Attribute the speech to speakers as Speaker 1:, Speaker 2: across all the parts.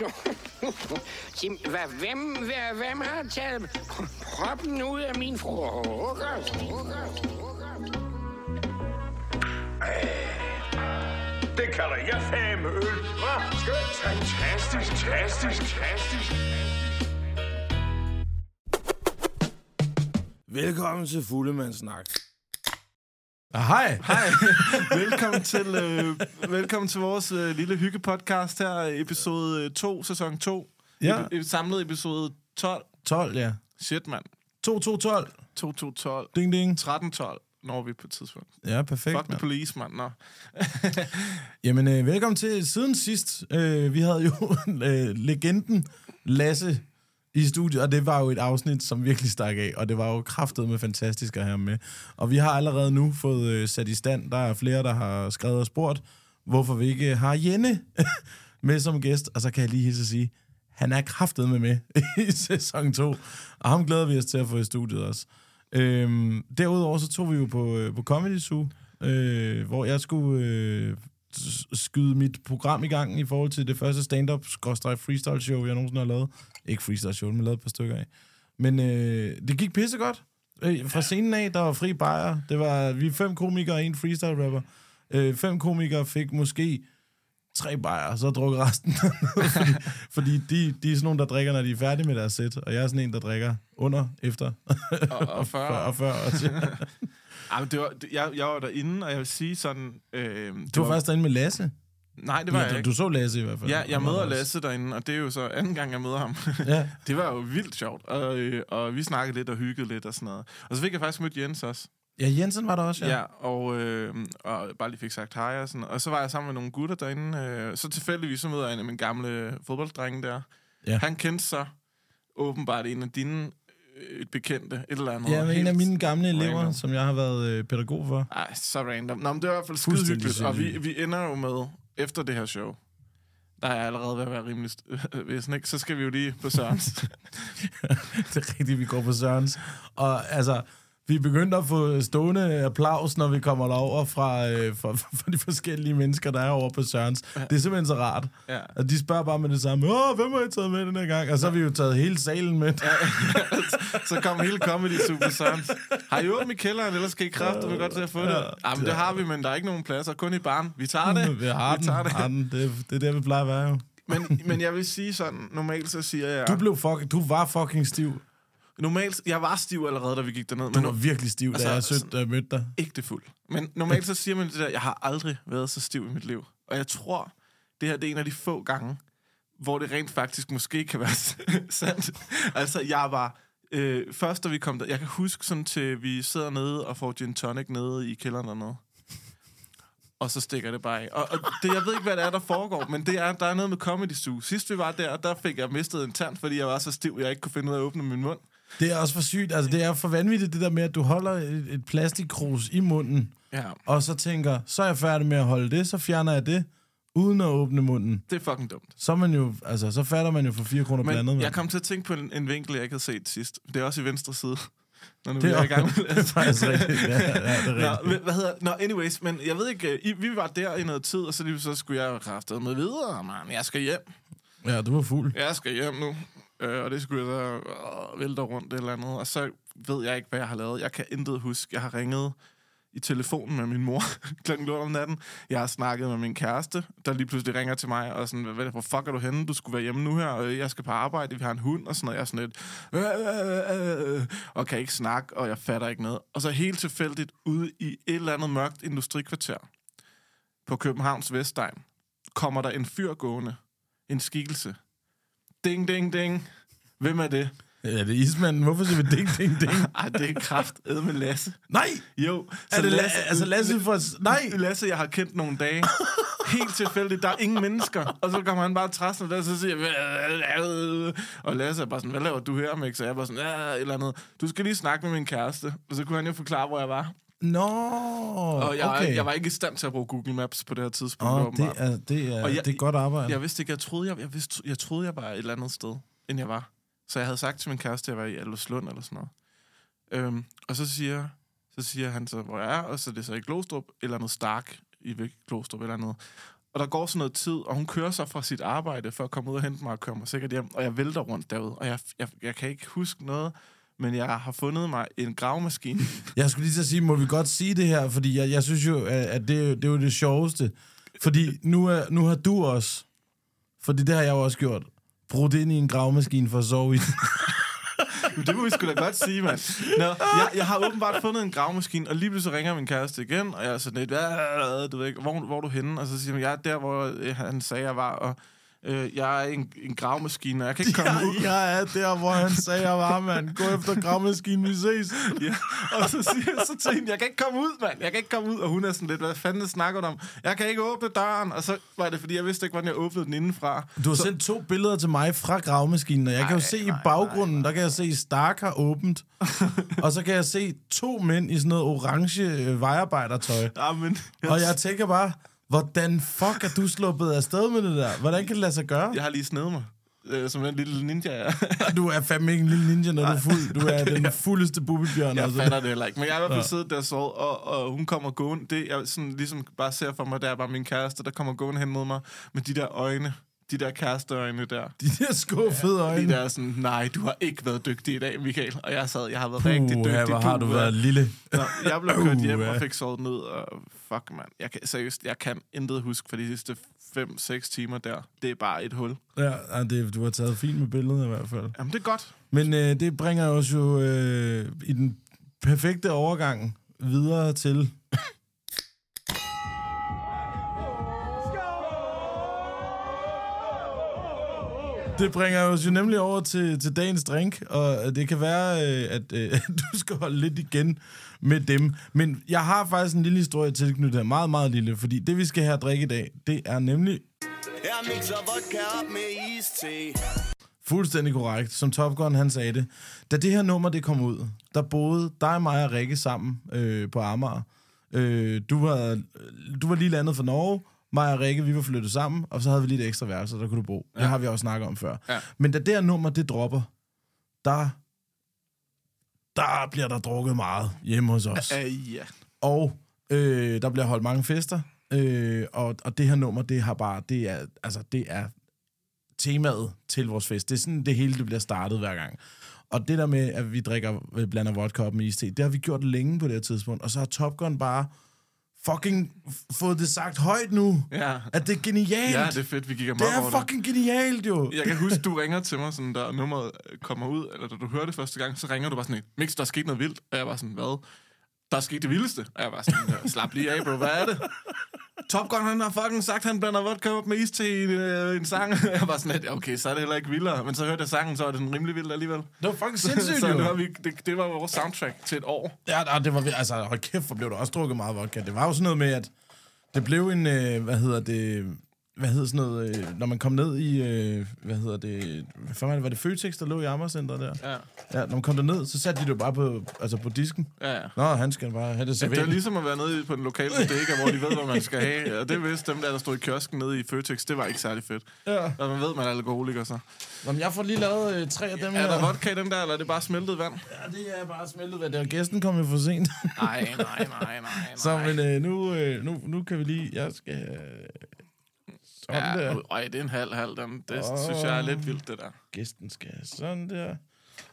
Speaker 1: jo. Sim, hvad, hvem, hvad, hvem har taget proppen ud af min frokost?
Speaker 2: Det kalder jeg fame øl. Hva? Skønt. Fantastisk, fantastisk, fantastisk.
Speaker 3: Velkommen til Fuglemandsnak.
Speaker 4: Ah, Hej. Hej. velkommen, til, øh, velkommen til vores øh, lille hyggepodcast her, episode øh, 2, sæson 2.
Speaker 3: Ja.
Speaker 4: Epi- samlet episode 12.
Speaker 3: 12, ja.
Speaker 4: Shit, mand.
Speaker 3: 2-2-12.
Speaker 4: 2, 2, 12.
Speaker 3: Ding, ding.
Speaker 4: 13, 12 når vi på et tidspunkt.
Speaker 3: Ja, perfekt.
Speaker 4: Fuck the
Speaker 3: mand.
Speaker 4: police, mand. Nå.
Speaker 3: Jamen, øh, velkommen til siden sidst. Øh, vi havde jo øh, legenden Lasse i studiet, og det var jo et afsnit, som virkelig stak af, og det var jo kraftet med fantastisk at have ham med. Og vi har allerede nu fået øh, sat i stand. Der er flere, der har skrevet og spurgt, hvorfor vi ikke har Jenne med som gæst. Og så kan jeg lige hilse og sige, han er kraftet med med i sæson 2, og ham glæder vi os til at få i studiet også. Øhm, derudover så tog vi jo på, øh, på Comedy Zoo, øh, hvor jeg skulle øh, s- skyde mit program i gang i forhold til det første stand-up freestyle show, jeg nogensinde har lavet. Ikke freestyle show, men lavet et par stykker af. Men øh, det gik pissegodt. Øh, fra scenen af, der var fri bajer. Det var, vi er fem komikere og en freestyle rapper. Øh, fem komikere fik måske tre bajer, og så druk resten. fordi fordi de, de er sådan nogle, der drikker, når de er færdige med deres sæt, og jeg er sådan en, der drikker under, efter
Speaker 4: Og, og
Speaker 3: før
Speaker 4: 40.
Speaker 3: og før. Også.
Speaker 4: Ej, men det var, det, jeg, jeg var derinde, og jeg vil sige sådan... Øh, det
Speaker 3: Du var faktisk derinde med Lasse.
Speaker 4: Nej, det var jeg
Speaker 3: du,
Speaker 4: ikke.
Speaker 3: du så Lasse i hvert fald.
Speaker 4: Ja, jeg
Speaker 3: Han var
Speaker 4: møder
Speaker 3: der
Speaker 4: Lasse derinde, og det er jo så anden gang, jeg møder ham.
Speaker 3: Ja.
Speaker 4: det var jo vildt sjovt, og, øh, og vi snakkede lidt og hyggede lidt og sådan noget. Og så fik jeg faktisk mødt Jens også.
Speaker 3: også. Ja, Jensen var der også, ja.
Speaker 4: Ja, og, øh, og bare lige fik sagt hej og sådan. Og så var jeg sammen med nogle gutter derinde. Øh, så tilfældigvis så møder jeg en af mine gamle fodbolddrenge der.
Speaker 3: Ja.
Speaker 4: Han kendte så åbenbart en af dine øh, bekendte, et eller andet.
Speaker 3: Ja, men en
Speaker 4: Helt-
Speaker 3: af mine gamle elever,
Speaker 4: random.
Speaker 3: som jeg har været øh, pædagog for.
Speaker 4: Ej, så random. Nå, men det var i hvert fald skide
Speaker 3: Fuldstændig
Speaker 4: hyggeligt. Og vi,
Speaker 3: sindssygt.
Speaker 4: vi ender jo med, efter det her show, der er jeg allerede ved at være rimelig... St- hvis ikke, så skal vi jo lige på Sørens.
Speaker 3: det er rigtigt, vi går på Sørens. Og altså, vi er begyndt at få stående applaus, når vi kommer derover fra, øh, fra, fra de forskellige mennesker, der er over på Sørens. Det er simpelthen så rart.
Speaker 4: Ja.
Speaker 3: Og de spørger bare med det samme, Åh, hvem har I taget med den her gang? Og så har vi jo taget hele salen med.
Speaker 4: så kom hele Comedy Super Sørens. Har I åbent i kælderen, ellers skal I kræfte, vi godt til at få det. Ja, men det har vi, men der er ikke nogen pladser, kun i barn. Vi tager det.
Speaker 3: Mm, Vi har den,
Speaker 4: tager det.
Speaker 3: har den. Det, det er der, vi plejer at være jo.
Speaker 4: Men, men jeg vil sige sådan, normalt så siger jeg...
Speaker 3: Du, blev fuck, du var fucking stiv.
Speaker 4: Normalt, jeg var stiv allerede, da vi gik derned,
Speaker 3: Du
Speaker 4: men
Speaker 3: var
Speaker 4: nu,
Speaker 3: virkelig stiv, da
Speaker 4: altså,
Speaker 3: jeg søgte og mødte dig.
Speaker 4: ikke det fuld. Men normalt så siger man det der, jeg har aldrig været så stiv i mit liv. Og jeg tror, det her det er en af de få gange, hvor det rent faktisk måske kan være sandt. Altså, jeg var... Øh, først, da vi kom der, jeg kan huske sådan til, vi sidder nede og får gin tonic nede i kælderen dernede. Og så stikker det bare af. Og, og det, jeg ved ikke, hvad det er, der foregår, men det er, der er noget med Comedy Zoo. Sidst vi var der, der fik jeg mistet en tand, fordi jeg var så stiv, jeg ikke kunne finde ud af at åbne min mund.
Speaker 3: Det er også for sygt. Altså, det er for vanvittigt, det der med, at du holder et, et plastikkrus i munden,
Speaker 4: Ja.
Speaker 3: og så tænker, så er jeg færdig med at holde det, så fjerner jeg det, uden at åbne munden.
Speaker 4: Det er fucking dumt.
Speaker 3: Så, er man jo, altså, så fatter man jo for 4 kroner blandet.
Speaker 4: Men
Speaker 3: mand.
Speaker 4: jeg kom til at tænke på en, en vinkel, jeg ikke havde set sidst. Det er også i venstre side. Når nu
Speaker 3: det
Speaker 4: det
Speaker 3: er,
Speaker 4: er i gang med
Speaker 3: det er faktisk rigtigt. Ja, ja, det er rigtigt.
Speaker 4: Nå, men hvad hedder, nå, anyways, men jeg ved ikke, øh, I, vi var der i noget tid, og så, lige, så skulle jeg kraftede med videre, man. Jeg skal hjem.
Speaker 3: Ja, du var fuld.
Speaker 4: Jeg skal hjem nu. Øh, og det skulle jeg så øh, vælte rundt et eller andet. Og så ved jeg ikke, hvad jeg har lavet. Jeg kan intet huske. Jeg har ringet i telefonen med min mor klokken lort om natten. Jeg har snakket med min kæreste, der lige pludselig ringer til mig og sådan, hvad, hvor fuck er du henne? Du skulle være hjemme nu her, og jeg skal på arbejde, vi har en hund og sådan noget. Jeg er sådan lidt, "Øh, øh, øh, øh," og kan ikke snakke, og jeg fatter ikke noget. Og så helt tilfældigt ude i et eller andet mørkt industrikvarter på Københavns Vestegn, kommer der en fyr gående, en skikkelse. Ding, ding, ding. Hvem er det?
Speaker 3: Ja, det er ismanden. Hvorfor siger vi ding, ding, ding?
Speaker 4: Ej, det er kraft med Lasse.
Speaker 3: Nej!
Speaker 4: Jo.
Speaker 3: Er det Lasse? Altså, Lasse for... Nej!
Speaker 4: Nej, Lasse, jeg har kendt nogle dage. Helt tilfældigt. Der er ingen mennesker. Og så kommer han bare træsende der, og så siger jeg... Og Lasse er bare sådan, hvad laver du her, Mik? Så jeg er bare sådan, "Ah," et eller andet. Du skal lige snakke med min kæreste. Og så kunne han jo forklare, hvor jeg var.
Speaker 3: Nå,
Speaker 4: Og jeg,
Speaker 3: okay.
Speaker 4: okay. jeg var ikke i stand til at bruge Google Maps på det her tidspunkt.
Speaker 3: Åh, det,
Speaker 4: åbenbart.
Speaker 3: er, det, er,
Speaker 4: Og jeg-
Speaker 3: det er godt arbejde.
Speaker 4: Jeg vidste ikke, jeg troede, jeg, jeg, vidste, jeg troede, jeg var et eller andet sted, end jeg var. Så jeg havde sagt til min kæreste, at jeg var i Alderslund eller sådan noget. Øhm, og så siger, så siger han så, hvor jeg er, og så er det så i Glostrup, et eller andet Stark i Væk- Glostrup, et eller andet. Og der går sådan noget tid, og hun kører sig fra sit arbejde for at komme ud og hente mig og køre mig sikkert hjem. Og jeg vælter rundt derude, og jeg, jeg, jeg kan ikke huske noget, men jeg har fundet mig en gravmaskine.
Speaker 3: Jeg skulle lige til at sige, må vi godt sige det her? Fordi jeg, jeg synes jo, at at det, det er jo det sjoveste. Fordi nu, er, nu har du også, fordi det har jeg jo også gjort, brudt ind i en gravmaskine for at sove i.
Speaker 4: Men det må vi sgu da godt sige, mand. Nå, jeg, jeg har åbenbart fundet en gravmaskine, og lige pludselig ringer min kæreste igen, og jeg er sådan lidt, "Hvad? du ved ikke, hvor, hvor er du henne? Og så siger hun, jeg er der, hvor øh, han sagde, jeg var, og øh, jeg er en, en gravmaskine, og jeg kan ikke komme ud.
Speaker 3: jeg er der, hvor han sagde, jeg var, mand. Gå efter gravmaskinen, vi ses.
Speaker 4: Ja. Og så siger jeg så til hende, jeg kan ikke komme ud, mand. Jeg kan ikke komme ud. Og hun er sådan lidt, hvad fanden snakker du om? Jeg kan ikke åbne døren. Og så var det, fordi jeg vidste ikke, hvordan jeg åbnede den indenfra.
Speaker 3: Du har sendt to billeder til mig fra gravmaskinen, og jeg kan jo se i baggrunden, der kan jeg se, Stark har åbent. og så kan jeg se to mænd i sådan noget orange øh, vejarbejdertøj.
Speaker 4: Ah, men,
Speaker 3: Og jeg tænker bare, hvordan fuck er du sluppet afsted med det der? Hvordan kan det lade sig gøre?
Speaker 4: jeg har lige snedet mig. Øh, som den lille ninja, jeg er.
Speaker 3: Du er fandme ikke en lille ninja, når du er fuld. Du er den fuldeste bubbebjørn.
Speaker 4: Jeg
Speaker 3: altså.
Speaker 4: fatter det heller ikke. Men jeg har i hvert fald siddet der og sovet, og, og hun kommer gående. Det, jeg sådan, ligesom bare ser for mig, der er bare min kæreste, der kommer gående hen mod mig med de der øjne. De der kæresteøjne der.
Speaker 3: De der skuffede
Speaker 4: De
Speaker 3: øjne.
Speaker 4: der er sådan, nej, du har ikke været dygtig i dag, Michael. Og jeg sad, jeg har været rigtig
Speaker 3: Puh,
Speaker 4: dygtig.
Speaker 3: ja, hvor har du
Speaker 4: Puh, ja.
Speaker 3: været lille.
Speaker 4: Nå, jeg blev kørt hjem
Speaker 3: Uha.
Speaker 4: og fik sovet ned, og fuck, mand. Jeg kan, seriøst, jeg kan intet huske for de sidste 5-6 timer der. Det er bare et hul.
Speaker 3: Ja, ej, det, du har taget fint med billedet i hvert fald.
Speaker 4: Jamen, det er godt.
Speaker 3: Men øh, det bringer os jo øh, i den perfekte overgang videre til... Det bringer os jo nemlig over til, til dagens drink, og det kan være, øh, at øh, at du skal holde lidt igen med dem. Men jeg har faktisk en lille historie tilknyttet her, meget, meget lille, fordi det, vi skal have at drikke i dag, det er nemlig
Speaker 5: Jeg mixer vodka op med iste.
Speaker 3: Fuldstændig korrekt, som Top Gun han sagde det. Da det her nummer det kom ud, der boede dig, mig og Rikke sammen øh, på Amager. Øh, du, var, du var lige landet fra Norge, mig og Rikke, vi var flyttet sammen, og så havde vi lige et ekstra værelse, der kunne du bo. Ja. Det har vi også snakket om før.
Speaker 4: Ja.
Speaker 3: Men da det her nummer det dropper, der, der bliver der drukket meget hjemme hos os.
Speaker 4: Uh, ja.
Speaker 3: Og øh, der bliver holdt mange fester. Øh, og, og det her nummer, det har bare, det er, altså, det er temaet til vores fest. Det er sådan, det hele det bliver startet hver gang. Og det der med, at vi drikker, øh, blander vodka op med iste, det har vi gjort længe på det her tidspunkt. Og så har Top Gun bare fucking f- fået det sagt højt nu.
Speaker 4: Ja.
Speaker 3: At det er genialt.
Speaker 4: ja, det er fedt, vi gik
Speaker 3: det
Speaker 4: amok over
Speaker 3: er fucking genialt, jo.
Speaker 4: Jeg kan huske, du ringer til mig, sådan, da nummeret øh, kommer ud, eller da du hører det første gang, så ringer du bare sådan, Mix, der er sket noget vildt. Og jeg var sådan, hvad? Der er sket det vildeste. Og jeg var sådan, "Øh, slap lige af, bro, hvad er det? Top Gun, han har fucking sagt, han blander vodka op med is til en, øh, en sang. Jeg var sådan, lidt, okay, så er det heller ikke vildere. Men så hørte jeg sangen, så var det den rimelig vild alligevel.
Speaker 3: Det var fucking sindssygt,
Speaker 4: så
Speaker 3: jo.
Speaker 4: det var, vi, det, det var vores soundtrack til et år.
Speaker 3: Ja, nej, det var, vir- altså, hold kæft, hvor blev der også drukket meget vodka. Det var jo sådan noget med, at det blev en, øh, hvad hedder det, hvad hedder sådan noget, øh, når man kom ned i, øh, hvad hedder det, hvad fanden var det, var det Føtex, der lå i Amagercenter der?
Speaker 4: Ja.
Speaker 3: Ja, når man kom derned, så satte de det jo bare på, altså på disken.
Speaker 4: Ja, ja.
Speaker 3: Nå, han skal bare have det
Speaker 4: Det er
Speaker 3: serveret.
Speaker 4: ligesom at være nede på den lokale bodega, hvor de ved, hvad man skal have. Og det vidste dem der, der stod i kiosken nede i Føtex. Det var ikke særlig fedt.
Speaker 3: Ja.
Speaker 4: Og man ved, man er alkoholiker så.
Speaker 3: Nå, men jeg får lige lavet øh, tre af dem
Speaker 4: Er
Speaker 3: her.
Speaker 4: der vodka i den der, eller er det bare smeltet vand?
Speaker 3: Ja, det er bare smeltet, hvad det er. Gæsten kom jo for sent.
Speaker 4: Nej, nej, nej, Ah, nej,
Speaker 3: så, men øh, nu, øh, nu, nu kan vi lige, jeg skal... Øh, sådan ja.
Speaker 4: Ja,
Speaker 3: der.
Speaker 4: øj, det er en halv halv, den. Det oh. synes jeg er lidt vildt, det der.
Speaker 3: Gæsten skal sådan der.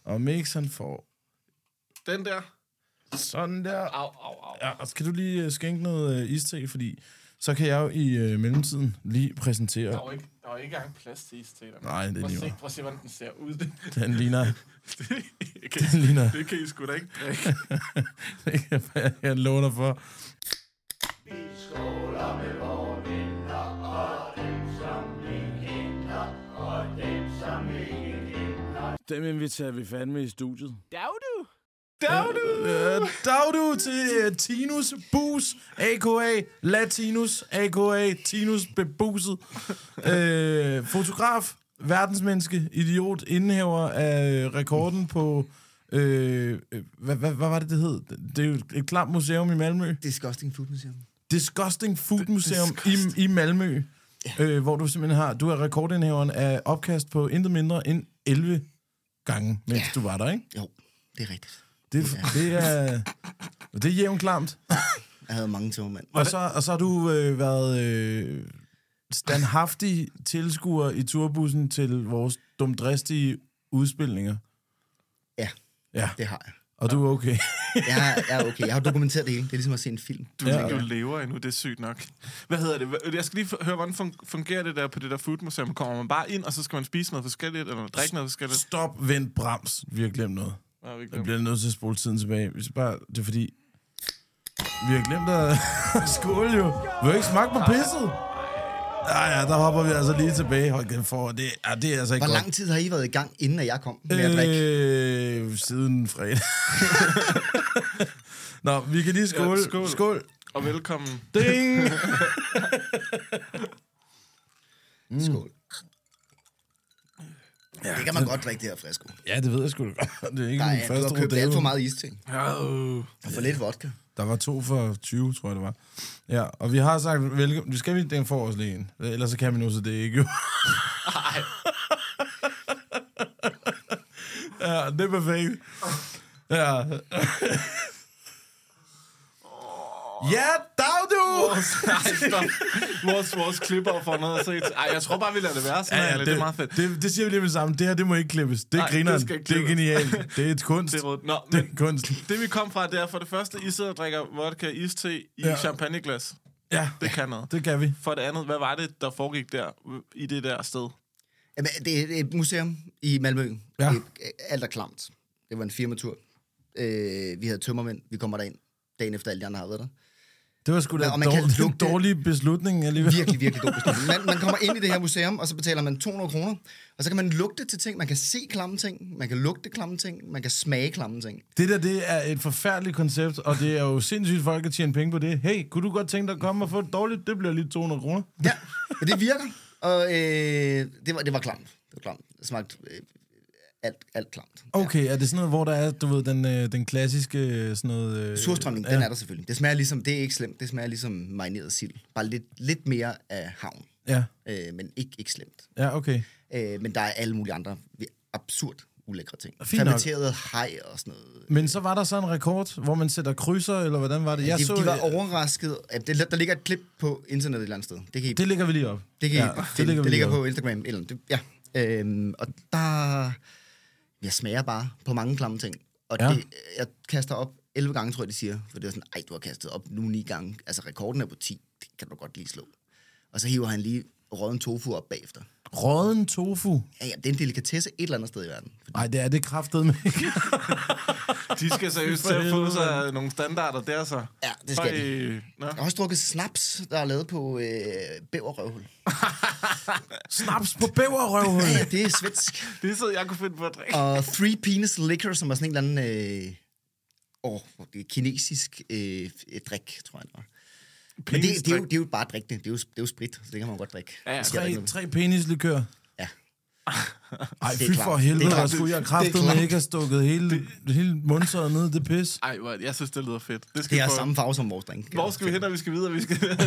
Speaker 3: Og Mix, han får
Speaker 4: Den der.
Speaker 3: Sådan der.
Speaker 4: Au, au, au.
Speaker 3: Ja, og skal du lige øh, skænke noget øh, iste, fordi så kan jeg jo i øh, mellemtiden lige præsentere...
Speaker 4: Der var ikke, der var ikke engang plads til is til den.
Speaker 3: Nej, det er
Speaker 4: prøv, at
Speaker 3: lige
Speaker 4: se,
Speaker 3: meget.
Speaker 4: prøv at se, hvordan den ser ud. Det,
Speaker 3: Den ligner...
Speaker 4: det, kan,
Speaker 3: Den
Speaker 4: I,
Speaker 3: ligner...
Speaker 4: det kan I sgu da ikke drikke.
Speaker 3: det kan jeg- jeg lover dig for.
Speaker 5: Dem inviterer vi fandme i studiet.
Speaker 3: Øh, dag du til øh, Tinus Bus, a.k.a. Latinus, a.k.a. Tinus Bebuset. Øh, fotograf, verdensmenneske, idiot, indehaver af rekorden på... Øh, øh, hvad, hvad, hvad var det, det hed? Det er jo et klamt museum i Malmø.
Speaker 6: Disgusting Food Museum.
Speaker 3: Disgusting Food Museum i, i Malmø, øh, hvor du simpelthen har, du er rekordindhaveren af opkast på intet mindre end 11 gange, mens du var der, ikke?
Speaker 6: Jo, det er rigtigt.
Speaker 3: Det, det er, det er jævnt klamt.
Speaker 6: Jeg havde mange tømmermænd.
Speaker 3: Og så, og så har du øh, været øh, standhaftig tilskuer i turbussen til vores dumdristige udspilninger.
Speaker 6: Ja,
Speaker 3: Ja,
Speaker 6: det har jeg.
Speaker 3: og du er okay.
Speaker 6: Jeg er, jeg er okay. Jeg har dokumenteret det hele. Det er ligesom at se en film.
Speaker 4: Du, ja. du lever endnu, det er sygt nok. Hvad hedder det? Hva- Jeg skal lige f- høre, hvordan fun- fungerer det der på det der foodmuseum? Kommer man bare ind, og så skal man spise noget forskelligt, eller drikke noget forskelligt?
Speaker 3: Stop, vent, brems. Vi har glemt noget.
Speaker 4: Nå, vi
Speaker 3: Jeg
Speaker 4: glemmer.
Speaker 3: bliver nødt til at spole tiden tilbage. Hvis jeg bare, det er fordi... Vi har glemt at skåle jo. Vi har ikke smagt på pisset. Ja, ja, der hopper vi altså lige tilbage. Hold kæft for, det, ja, det er altså ikke
Speaker 6: Hvor
Speaker 3: godt.
Speaker 6: lang tid har I været i gang, inden at jeg kom med at drikke?
Speaker 3: Øh, siden fredag. Nå, vi kan lige skåle.
Speaker 4: Ja, skål.
Speaker 3: skål.
Speaker 4: Og velkommen.
Speaker 3: Ding! Øh.
Speaker 6: Skål. Det kan man godt drikke det her frisko.
Speaker 3: ja, det ved jeg sgu da godt. Det er ikke
Speaker 6: Der
Speaker 3: min
Speaker 6: er, du
Speaker 3: første
Speaker 6: har købt alt
Speaker 3: rodeo.
Speaker 6: for meget isting.
Speaker 4: Oh.
Speaker 6: Og for lidt vodka.
Speaker 3: Der var to for 20, tror jeg, det var. Ja, og vi har sagt, velkommen. Du skal vi den for os lige en. Ellers så kan vi nu, så det er ikke jo. ja, det er perfekt. Ja. ja, dag du!
Speaker 4: Nej, stop. Vores, vores klipper får noget at se. Ej, jeg tror bare, vi lader det være sådan.
Speaker 3: Ja, ja,
Speaker 4: det, det er meget fedt.
Speaker 3: Det, det siger vi lige med det samme. Det her, det må ikke klippes. Det
Speaker 4: Nej,
Speaker 3: Nej,
Speaker 4: det
Speaker 3: griner. Det,
Speaker 4: skal ikke
Speaker 3: det er
Speaker 4: klippes.
Speaker 3: genialt. Det er et kunst.
Speaker 4: Det er råd. Nå,
Speaker 3: det
Speaker 4: men
Speaker 3: er kunst.
Speaker 4: det vi kom fra, det er for det første, I sidder og drikker vodka iste i
Speaker 3: Ja.
Speaker 4: ja. champagneglas.
Speaker 3: Ja,
Speaker 4: Det kan noget.
Speaker 3: det kan vi.
Speaker 4: For det andet, hvad var det, der foregik der i det der sted?
Speaker 6: Jamen, det er et museum i Malmø.
Speaker 3: Ja.
Speaker 6: Ja. Alt er klamt. Det var en firmatur. Øh, vi havde tømmermænd. Vi kommer derind dagen efter alle de andre har været der.
Speaker 3: Det var sgu da
Speaker 6: Nå, og man kan
Speaker 3: dårlig,
Speaker 6: lugte-
Speaker 3: dårlig beslutning alligevel.
Speaker 6: Virkelig, virkelig dum beslutning. Man, man kommer ind i det her museum, og så betaler man 200 kroner. Og så kan man lugte til ting. Man kan se klamme ting. Man kan lugte klamme ting. Man kan smage klamme ting.
Speaker 3: Det der, det er et forfærdeligt koncept, og det er jo sindssygt, folk at tjene penge på det. Hey, kunne du godt tænke dig at komme og få det dårligt? Det bliver lige 200 kroner.
Speaker 6: Ja, men det virker. Og øh, det, var, det var klamt. Det var klamt. Det smagte øh, alt, alt klamt.
Speaker 3: Okay, er det sådan noget, hvor der er, du ved, den, øh, den klassiske øh, sådan noget... Øh,
Speaker 6: Surstrømning, den er der selvfølgelig. Det smager ligesom, det er ikke slemt, det smager ligesom marineret sild. Bare lidt, lidt mere af havn,
Speaker 3: Ja,
Speaker 6: øh, men ikke, ikke slemt.
Speaker 3: ja, okay.
Speaker 6: Øh, men der er alle mulige andre vi- absurd ulækre ting.
Speaker 3: Fint nok.
Speaker 6: Fermenteret hej og sådan noget.
Speaker 3: Men så var der så en rekord, hvor man sætter krydser, eller hvordan var det? Jeg
Speaker 6: De,
Speaker 3: så, øh,
Speaker 6: de var overrasket. Ja, det, der ligger et klip på internettet et eller andet sted. Det kan I,
Speaker 3: Det lægger vi lige op.
Speaker 6: det kan I,
Speaker 3: ja,
Speaker 6: det,
Speaker 3: vi
Speaker 6: det ligger
Speaker 3: lige op.
Speaker 6: på Instagram. Eller, det, ja. øhm, og der... Jeg smager bare på mange klamme ting. Og
Speaker 3: Ja.
Speaker 6: ja. det, jeg kaster op 11 gange, tror jeg, de siger. For det er sådan, ej, du har kastet op nu 9 gange. Altså, rekorden er på 10. Det kan du godt lige slå. Og så hiver han lige råden tofu op bagefter.
Speaker 3: Rådden tofu.
Speaker 6: Ja, ja, det er en delikatesse et eller andet sted i verden.
Speaker 3: Nej, det er det kraftedeme ikke.
Speaker 4: De skal seriøst til at få sig nogle standarder der, så.
Speaker 6: Ja, det skal de.
Speaker 4: de. Nå.
Speaker 6: Jeg har også drukket snaps, der er lavet på øh, bæverrøvhul.
Speaker 3: Snaps på bæverrøvhul.
Speaker 6: Ja, det er svensk.
Speaker 4: Det er så, jeg kunne finde på at drikke.
Speaker 6: Og Three Penis Liquor, som er sådan en eller anden... Øh, åh, hvor det er kinesisk øh, f- drik, tror jeg. det var. Men det, det, er jo, det er jo bare at drikke det. Det er jo, det er jo sprit, så det kan man jo godt drikke.
Speaker 4: Ja, ja.
Speaker 6: Det sker der ikke
Speaker 3: Tre,
Speaker 6: noget
Speaker 3: tre penislikør.
Speaker 6: ved. ja.
Speaker 3: Ej,
Speaker 6: Det er
Speaker 3: fy
Speaker 6: klart.
Speaker 3: for
Speaker 6: Det er
Speaker 3: helvede, der
Speaker 6: klart.
Speaker 3: skulle jeg
Speaker 6: Det er
Speaker 3: kraftedeme
Speaker 6: klart.
Speaker 3: ikke have stukket hele, hele mundtøjet ned i det pis.
Speaker 4: Ej, hvor, jeg synes, det lyder fedt. Det, skal
Speaker 6: Det er
Speaker 4: vi prøve.
Speaker 6: samme farve som vores drink.
Speaker 4: Hvor skal vi hen, når vi skal videre? Vi skal...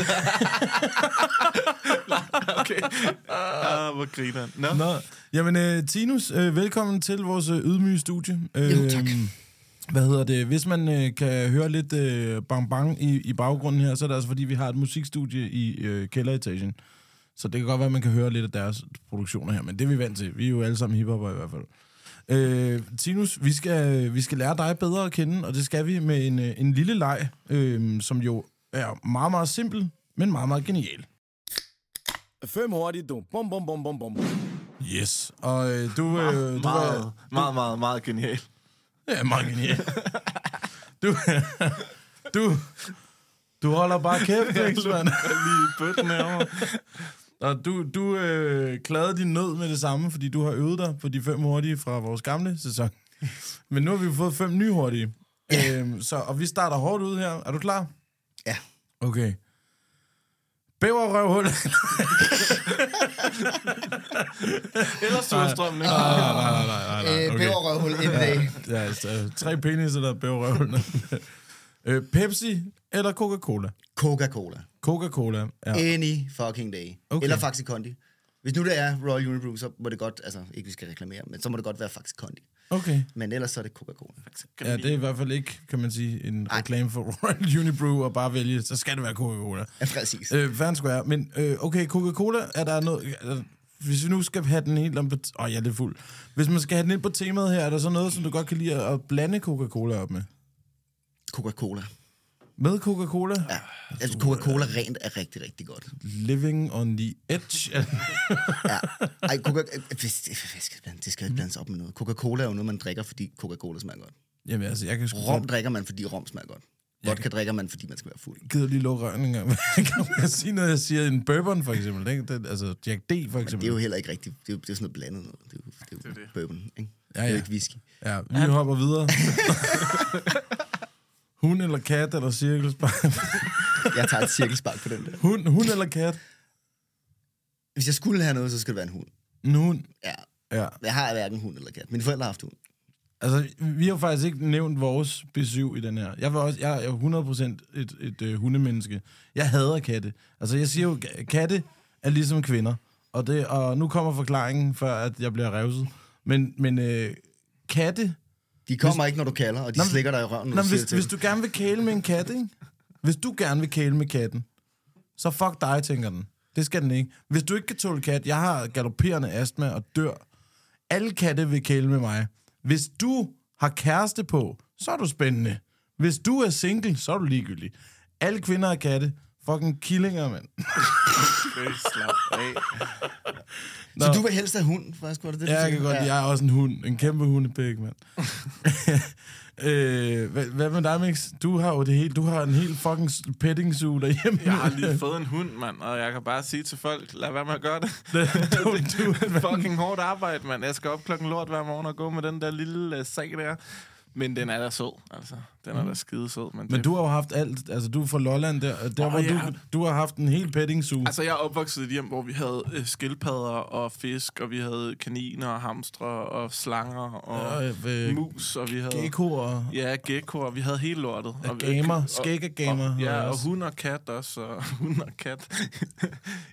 Speaker 4: Nej, okay. Ah, hvor griner han. Nå.
Speaker 3: Nå, jamen øh, Tinus, øh, velkommen til vores øh, ydmyge studie. Øh,
Speaker 6: Jo, tak.
Speaker 3: Hvad hedder det? Hvis man øh, kan høre lidt øh, bang bang i, i baggrunden her, så er det altså fordi, vi har et musikstudie i øh, kælderetagen. Så det kan godt være, at man kan høre lidt af deres produktioner her, men det er vi vant til. Vi er jo alle sammen hiphopper i hvert fald. Øh, Tinus, vi skal, vi skal lære dig bedre at kende, og det skal vi med en, øh, en lille leg, øh, som jo er meget, meget simpel, men meget, meget genial.
Speaker 5: Fem hurtigt, du. Bum, bum, bum, bum, bum.
Speaker 3: Yes. Og øh, du, øh, du
Speaker 4: Meget, meget, meget, meget, meget genial.
Speaker 3: Ja, meget genial. Du, du, du holder bare kæft, ikke, mand?
Speaker 4: Lige i bøtten herovre.
Speaker 3: Og du, du øh, klagede din nød med det samme, fordi du har øvet dig på de fem hurtige fra vores gamle sæson. Men nu har vi jo fået fem nye hurtige. Øhm, så, og vi starter hårdt ud her. Er du klar?
Speaker 6: Ja.
Speaker 3: Okay. Bæverrøvhul.
Speaker 4: Eller surstrømning.
Speaker 6: Øh, Bæverrøvhul in day.
Speaker 3: Ja, altså, tre penis eller bæverrøvhul. øh, Pepsi eller Coca-Cola?
Speaker 6: Coca-Cola.
Speaker 3: Coca-Cola. Ja.
Speaker 6: Any fucking day.
Speaker 3: Okay.
Speaker 6: Okay. Eller Faxi Kondi. Hvis nu det er Royal Unibrew, så må det godt, altså ikke vi skal reklamere, men så må det godt være Faxi Kondi.
Speaker 3: Okay.
Speaker 6: Men ellers så er det Coca-Cola.
Speaker 3: Ja, det er i hvert fald ikke, kan man sige, en reklame for Royal Unibrew og bare vælge, så skal det være Coca-Cola.
Speaker 6: Ja, præcis.
Speaker 3: Øh, fair and square. Men øh, okay, Coca-Cola, er der noget... Er der, hvis vi nu skal have den helt... Åh, oh, jeg er lidt fuld. Hvis man skal have den ind på temaet her, er der så noget, som du godt kan lide at at blande Coca-Cola op med?
Speaker 6: Coca-Cola.
Speaker 3: Med Coca-Cola?
Speaker 6: Ja. Altså, Coca-Cola rent er rigtig, rigtig godt.
Speaker 3: Living on the edge.
Speaker 6: Ja. Ej, Coca øh, hvis- hvad skal det blande- det skal jo
Speaker 3: Mm.
Speaker 6: ikke blandes op med noget. Coca-Cola er jo noget, man drikker, fordi Coca-Cola smager godt.
Speaker 3: Jamen altså, jeg kan sgu...
Speaker 6: Rom drikker man, fordi rom smager godt. Vodka drikker man, fordi man skal være fuld.
Speaker 3: gider lige lukke røven en gang. kan man sige noget? Jeg siger en bourbon, for eksempel. Ikke? Den, altså Jack D, for
Speaker 6: Det
Speaker 3: eksempel.
Speaker 6: er jo heller ikke rigtigt. Det er jo, det er jo sådan noget blandet noget. Det er jo, det er jo bourbon, ikke?
Speaker 3: Ja,
Speaker 6: Det er
Speaker 3: ja.
Speaker 6: jo ikke whisky.
Speaker 3: Ja, vi hopper videre. Hun eller kat eller cirkelspark?
Speaker 6: Jeg tager et cirkelspark på den der.
Speaker 3: Hun, hun eller kat?
Speaker 6: Hvis jeg skulle have noget, så skulle det være en hund.
Speaker 3: En hund.
Speaker 6: Ja.
Speaker 3: Ja.
Speaker 6: Jeg har hverken hund eller kat. Mine forældre har haft hund.
Speaker 3: Altså, vi har faktisk ikke nævnt vores besøg i den her. Jeg, var også, jeg er jo 100% et, et øh, hundemenneske. Jeg hader katte. Altså, jeg siger jo, ka- katte er ligesom kvinder. Og, det, og nu kommer forklaringen, før at jeg bliver revset. Men, men øh, katte...
Speaker 6: De kommer hvis... ikke, når du kalder, og de
Speaker 3: Nå,
Speaker 6: Nå,
Speaker 3: men-
Speaker 6: slikker dig i røven, når
Speaker 3: Nå,
Speaker 6: du
Speaker 3: hvis,
Speaker 6: siger til
Speaker 3: hvis du gerne vil kæle med en kat, ikke? Hvis du gerne vil kæle med katten, så fuck dig, tænker den. Det skal den ikke. Hvis du ikke kan tåle kat, jeg har galopperende astma og dør. Alle katte vil kæle med mig. Hvis du har kæreste på, så er du spændende. Hvis du er single, så er du ligegyldig. Alle kvinder er katte. Fucking killinger, mand.
Speaker 4: Okay, slap af.
Speaker 6: Så du vil helst have hund, faktisk, var det det, du
Speaker 3: Ja, jeg
Speaker 6: siger?
Speaker 3: kan godt. Jeg er også en hund. En kæmpe hundepæk, mand. øh, hvad, hvad med dig, Mix? Du har jo det hele, du har en helt fucking s- petting zoo derhjemme.
Speaker 4: Jeg har lige fået en hund, mand, og jeg kan bare sige til folk, lad være med at gøre det.
Speaker 3: Det- du-
Speaker 4: det
Speaker 3: du-
Speaker 4: er fucking hårdt arbejde, mand. Jeg skal op klokken lort hver morgen og gå med den der lille uh, sag der. Men den er da sød, altså. Den er da skide sød. Men,
Speaker 3: Men
Speaker 4: det,
Speaker 3: du har jo haft alt. Altså, du er fra Lolland der. og Der,
Speaker 4: Åh,
Speaker 3: hvor
Speaker 4: ja.
Speaker 3: du, du har haft en helt petting zoo. Altså,
Speaker 4: Altså, jeg er opvokset i et hjem, hvor vi havde øh, skildpadder og fisk, og vi havde kaniner og hamstre og slanger og
Speaker 3: Ja, øh,
Speaker 4: mus, og vi havde...
Speaker 3: Gekkoer.
Speaker 4: Ja, geckoer. Vi havde hele lortet.
Speaker 3: Ja,
Speaker 4: Og-
Speaker 3: gamer.
Speaker 4: og-
Speaker 3: Skægge gamer.
Speaker 4: Og,
Speaker 3: har
Speaker 4: ja,
Speaker 3: jeg
Speaker 4: og
Speaker 3: også.
Speaker 4: hund og kat også. Og hund og kat.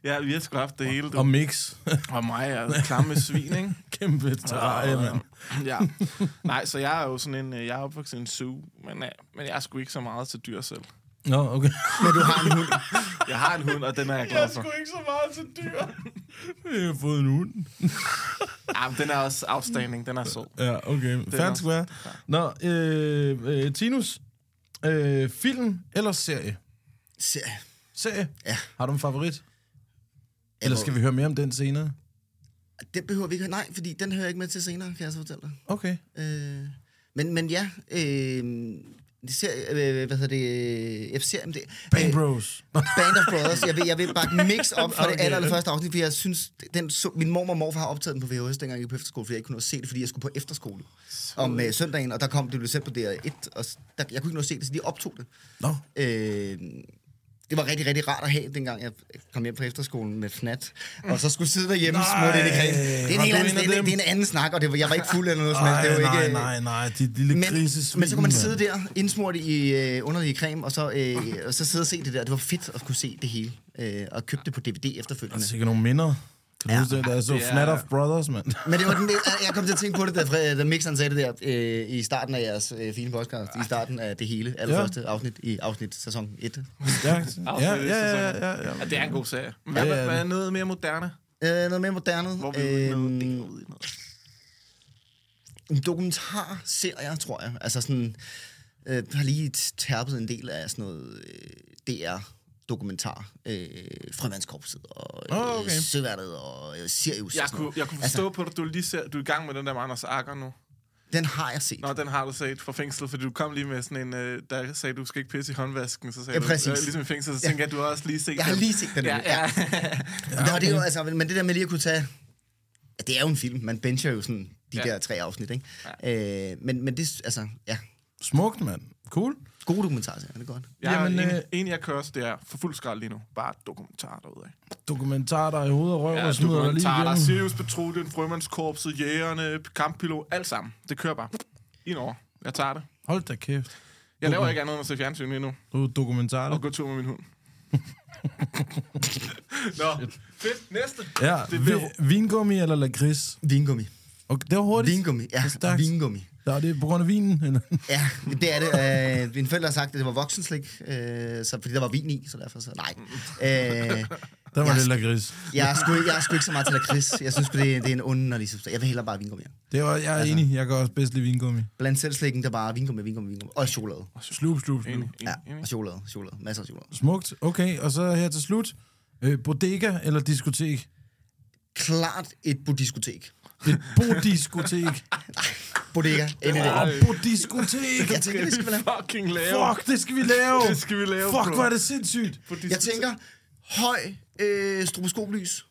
Speaker 4: ja, vi har sgu haft det hele. Du.
Speaker 3: Og mix.
Speaker 4: Og mig er klamme svin, ikke? øh,
Speaker 3: Kæmpe terrarie,
Speaker 4: Ah,
Speaker 3: mand.
Speaker 4: Ja. Nej, så jeg er jo sådan en... øh, Jeg er opvokset i en zoo, men, øh, men jeg er sgu ikke så meget til dyr selv.
Speaker 3: Nå, okay.
Speaker 6: Men du har en hund.
Speaker 4: Jeg har en hund, og den er jeg glad for.
Speaker 3: ikke så meget til dyr. Jeg har fået en hund.
Speaker 4: Ja, men den er også afstanding. Den er sød.
Speaker 3: Ja, okay. Fair and
Speaker 4: også-
Speaker 3: square. Nå, øh, øh, Tinus. Øh, film eller serie?
Speaker 6: Serie.
Speaker 3: Serie?
Speaker 6: Ja.
Speaker 3: Har du en favorit? Eller skal vi høre mere om den senere?
Speaker 6: Den behøver vi ikke Nej, fordi den hører jeg ikke med til senere, kan jeg så fortælle dig.
Speaker 3: Okay.
Speaker 6: Øh, men, men ja, øh, det ser, øh, hvad hedder det, øh, F-serien, det,
Speaker 3: Bang
Speaker 6: øh,
Speaker 3: Bros.
Speaker 6: Band of Brothers, jeg vil, jeg vil bakke mix op fra det
Speaker 3: Okay.
Speaker 6: aller, aller første afsnit, for jeg synes, den, så, min mor og morfar har optaget den på VHS, dengang jeg gik på efterskole, fordi jeg ikke kunne nå at se det, fordi jeg skulle på efterskole om øh, søndagen, og der kom det blev sendt på DR1, og s- der, jeg kunne ikke nå at se det, så de optog det.
Speaker 3: Nå.
Speaker 6: Øh, det var rigtig, rigtig rart at have, dengang jeg kom hjem fra efterskolen med fnat, og så skulle sidde derhjemme
Speaker 3: Nej,
Speaker 6: smurt ind i kredsen. Det er
Speaker 3: var
Speaker 6: en, helt
Speaker 3: du
Speaker 6: anden,
Speaker 3: en af
Speaker 6: det, er-
Speaker 3: dem?
Speaker 6: det er en anden snak, og det var, jeg var ikke fuld eller noget som helst.
Speaker 3: Nej,
Speaker 6: Det var
Speaker 3: nej,
Speaker 6: ikke, øh,
Speaker 3: nej, nej, de lille
Speaker 6: men,
Speaker 3: grisesvin.
Speaker 6: men så kunne man
Speaker 3: mand.
Speaker 6: sidde der, indsmurt i øh, underlig creme, og så, øh, og så sidde og se det der. Det var fedt at kunne se det hele, øh, og købe det på DVD
Speaker 3: Der
Speaker 6: efterfølgende.
Speaker 3: er sikkert nogle minder. Kan du ja,
Speaker 6: Ja,
Speaker 3: huske det? Der er så
Speaker 4: det er-
Speaker 3: Fnat of Brothers, mand.
Speaker 6: Men det var den, jeg- jeg kom til at tænke på det, da, Fred- da Mixeren sagde det der øh, i starten af jeres øh, fine podcast, i starten af det hele, allerførste afsnit i afsnit sæson 1.
Speaker 3: ja, ja, ja, ja, ja, ja.
Speaker 4: Ja, det er en god serie. Hvad,
Speaker 3: Ja, ja.
Speaker 4: hvad, hvad er noget mere moderne?
Speaker 6: Øh, noget mere moderne.
Speaker 4: Hvor vi er ude i noget,
Speaker 6: Øh,
Speaker 4: det er ude i noget.
Speaker 6: en dokumentarserie, tror jeg. Altså sådan, øh, har lige tærpet en del af sådan noget øh, DR-dokumentar. Øh, Frømandskorpset og øh,
Speaker 3: Åh,
Speaker 6: oh,
Speaker 3: okay.
Speaker 6: okay. Søværnet og øh, Sirius. og
Speaker 4: Jeg
Speaker 6: sådan
Speaker 4: kunne,
Speaker 6: noget.
Speaker 4: jeg kunne forstå på dig, du er lige ser, du er i gang med den der med Anders Akker nu.
Speaker 6: Den har jeg set.
Speaker 4: Nå, den har du set fra fængslet, fordi du kom lige med sådan en, øh, der sagde, du skal ikke pisse i håndvasken, så sagde
Speaker 6: Ja,
Speaker 4: du,
Speaker 6: præcis.
Speaker 4: øh, ligesom i fængslet, så tænker jeg, du har også lige set
Speaker 6: Jeg har lige set den,
Speaker 4: Ja,
Speaker 6: ja.
Speaker 4: ja.
Speaker 6: Ja, okay. det er jo, altså, men det der med lige at kunne tage... Ja, det er jo en film. Man bencher jo sådan de
Speaker 4: Ja.
Speaker 6: ja. der tre afsnit, ikke? Ja. Øh, men, men det, altså, ja.
Speaker 3: Smukt, mand. Cool.
Speaker 6: Gode dokumentarserier, det er godt.
Speaker 4: Jeg Jamen,
Speaker 3: Jamen,
Speaker 4: en,
Speaker 3: øh,
Speaker 4: en, jeg kører også, det er for fuld skrald lige nu. Bare dokumentar derude af.
Speaker 3: Dokumentar, der er i hovedet og røv
Speaker 4: Ja,
Speaker 3: og smider dig lige
Speaker 4: dokumentar, der er
Speaker 3: igennem.
Speaker 4: Sirius Patruljen, Frømandskorpset, Jægerne, Kamppilot, alt sammen. Det kører bare ind over. Jeg tager det.
Speaker 3: Hold da kæft.
Speaker 4: Jeg laver ikke andet end at se fjernsyn lige nu.
Speaker 3: Du er dokumentar.
Speaker 4: Og gå tur med min hund. Nå, fedt. Næste.
Speaker 3: Ja,
Speaker 4: det,
Speaker 3: vi, vingummi eller lakrids?
Speaker 6: Vingummi.
Speaker 3: Okay, det var hurtigt.
Speaker 6: Vingummi, ja,
Speaker 3: Det er stærkt.
Speaker 6: vingummi.
Speaker 3: Der er det på grund af vinen, eller?
Speaker 6: Ja, det er det. Øh, min forældre har sagt, at det var voksenslik, øh, så, fordi der var vin i, så derfor så nej. Øh,
Speaker 3: Der var
Speaker 6: Jeg
Speaker 3: det
Speaker 6: skal-
Speaker 3: lakrids.
Speaker 6: jeg, er sgu, jeg er sgu ikke så meget til lakrids. Jeg synes sgu, det, er- det er en underlig substans. Jeg vil hellere bare vingummi.
Speaker 3: Det var, jeg er altså. enig. Jeg kan også bedst lide vingummi.
Speaker 6: Blandt selv slikken, der er bare vingummi, vingummi, vingummi. Og chokolade.
Speaker 3: Slup, slup, slup.
Speaker 4: Enig,
Speaker 6: Ja,
Speaker 4: enig, enig.
Speaker 6: og chokolade, chokolade. Masser af chokolade.
Speaker 3: Smukt. Okay, og så her til slut. Øh, bodega eller diskotek?
Speaker 6: Klart et bodiskotek.
Speaker 3: Et bodiskotek.
Speaker 6: Bodega. Endelig det.
Speaker 3: Åh, bodiskotek.
Speaker 6: Jeg tænker, det skal vi lave.
Speaker 4: Fucking lave.
Speaker 3: Fuck, det skal vi lave.
Speaker 4: Det skal vi lave,
Speaker 3: Fuck,
Speaker 4: bro.
Speaker 3: hvor er det sindssygt.
Speaker 6: Jeg tænker, høj øh, stroboskoplys.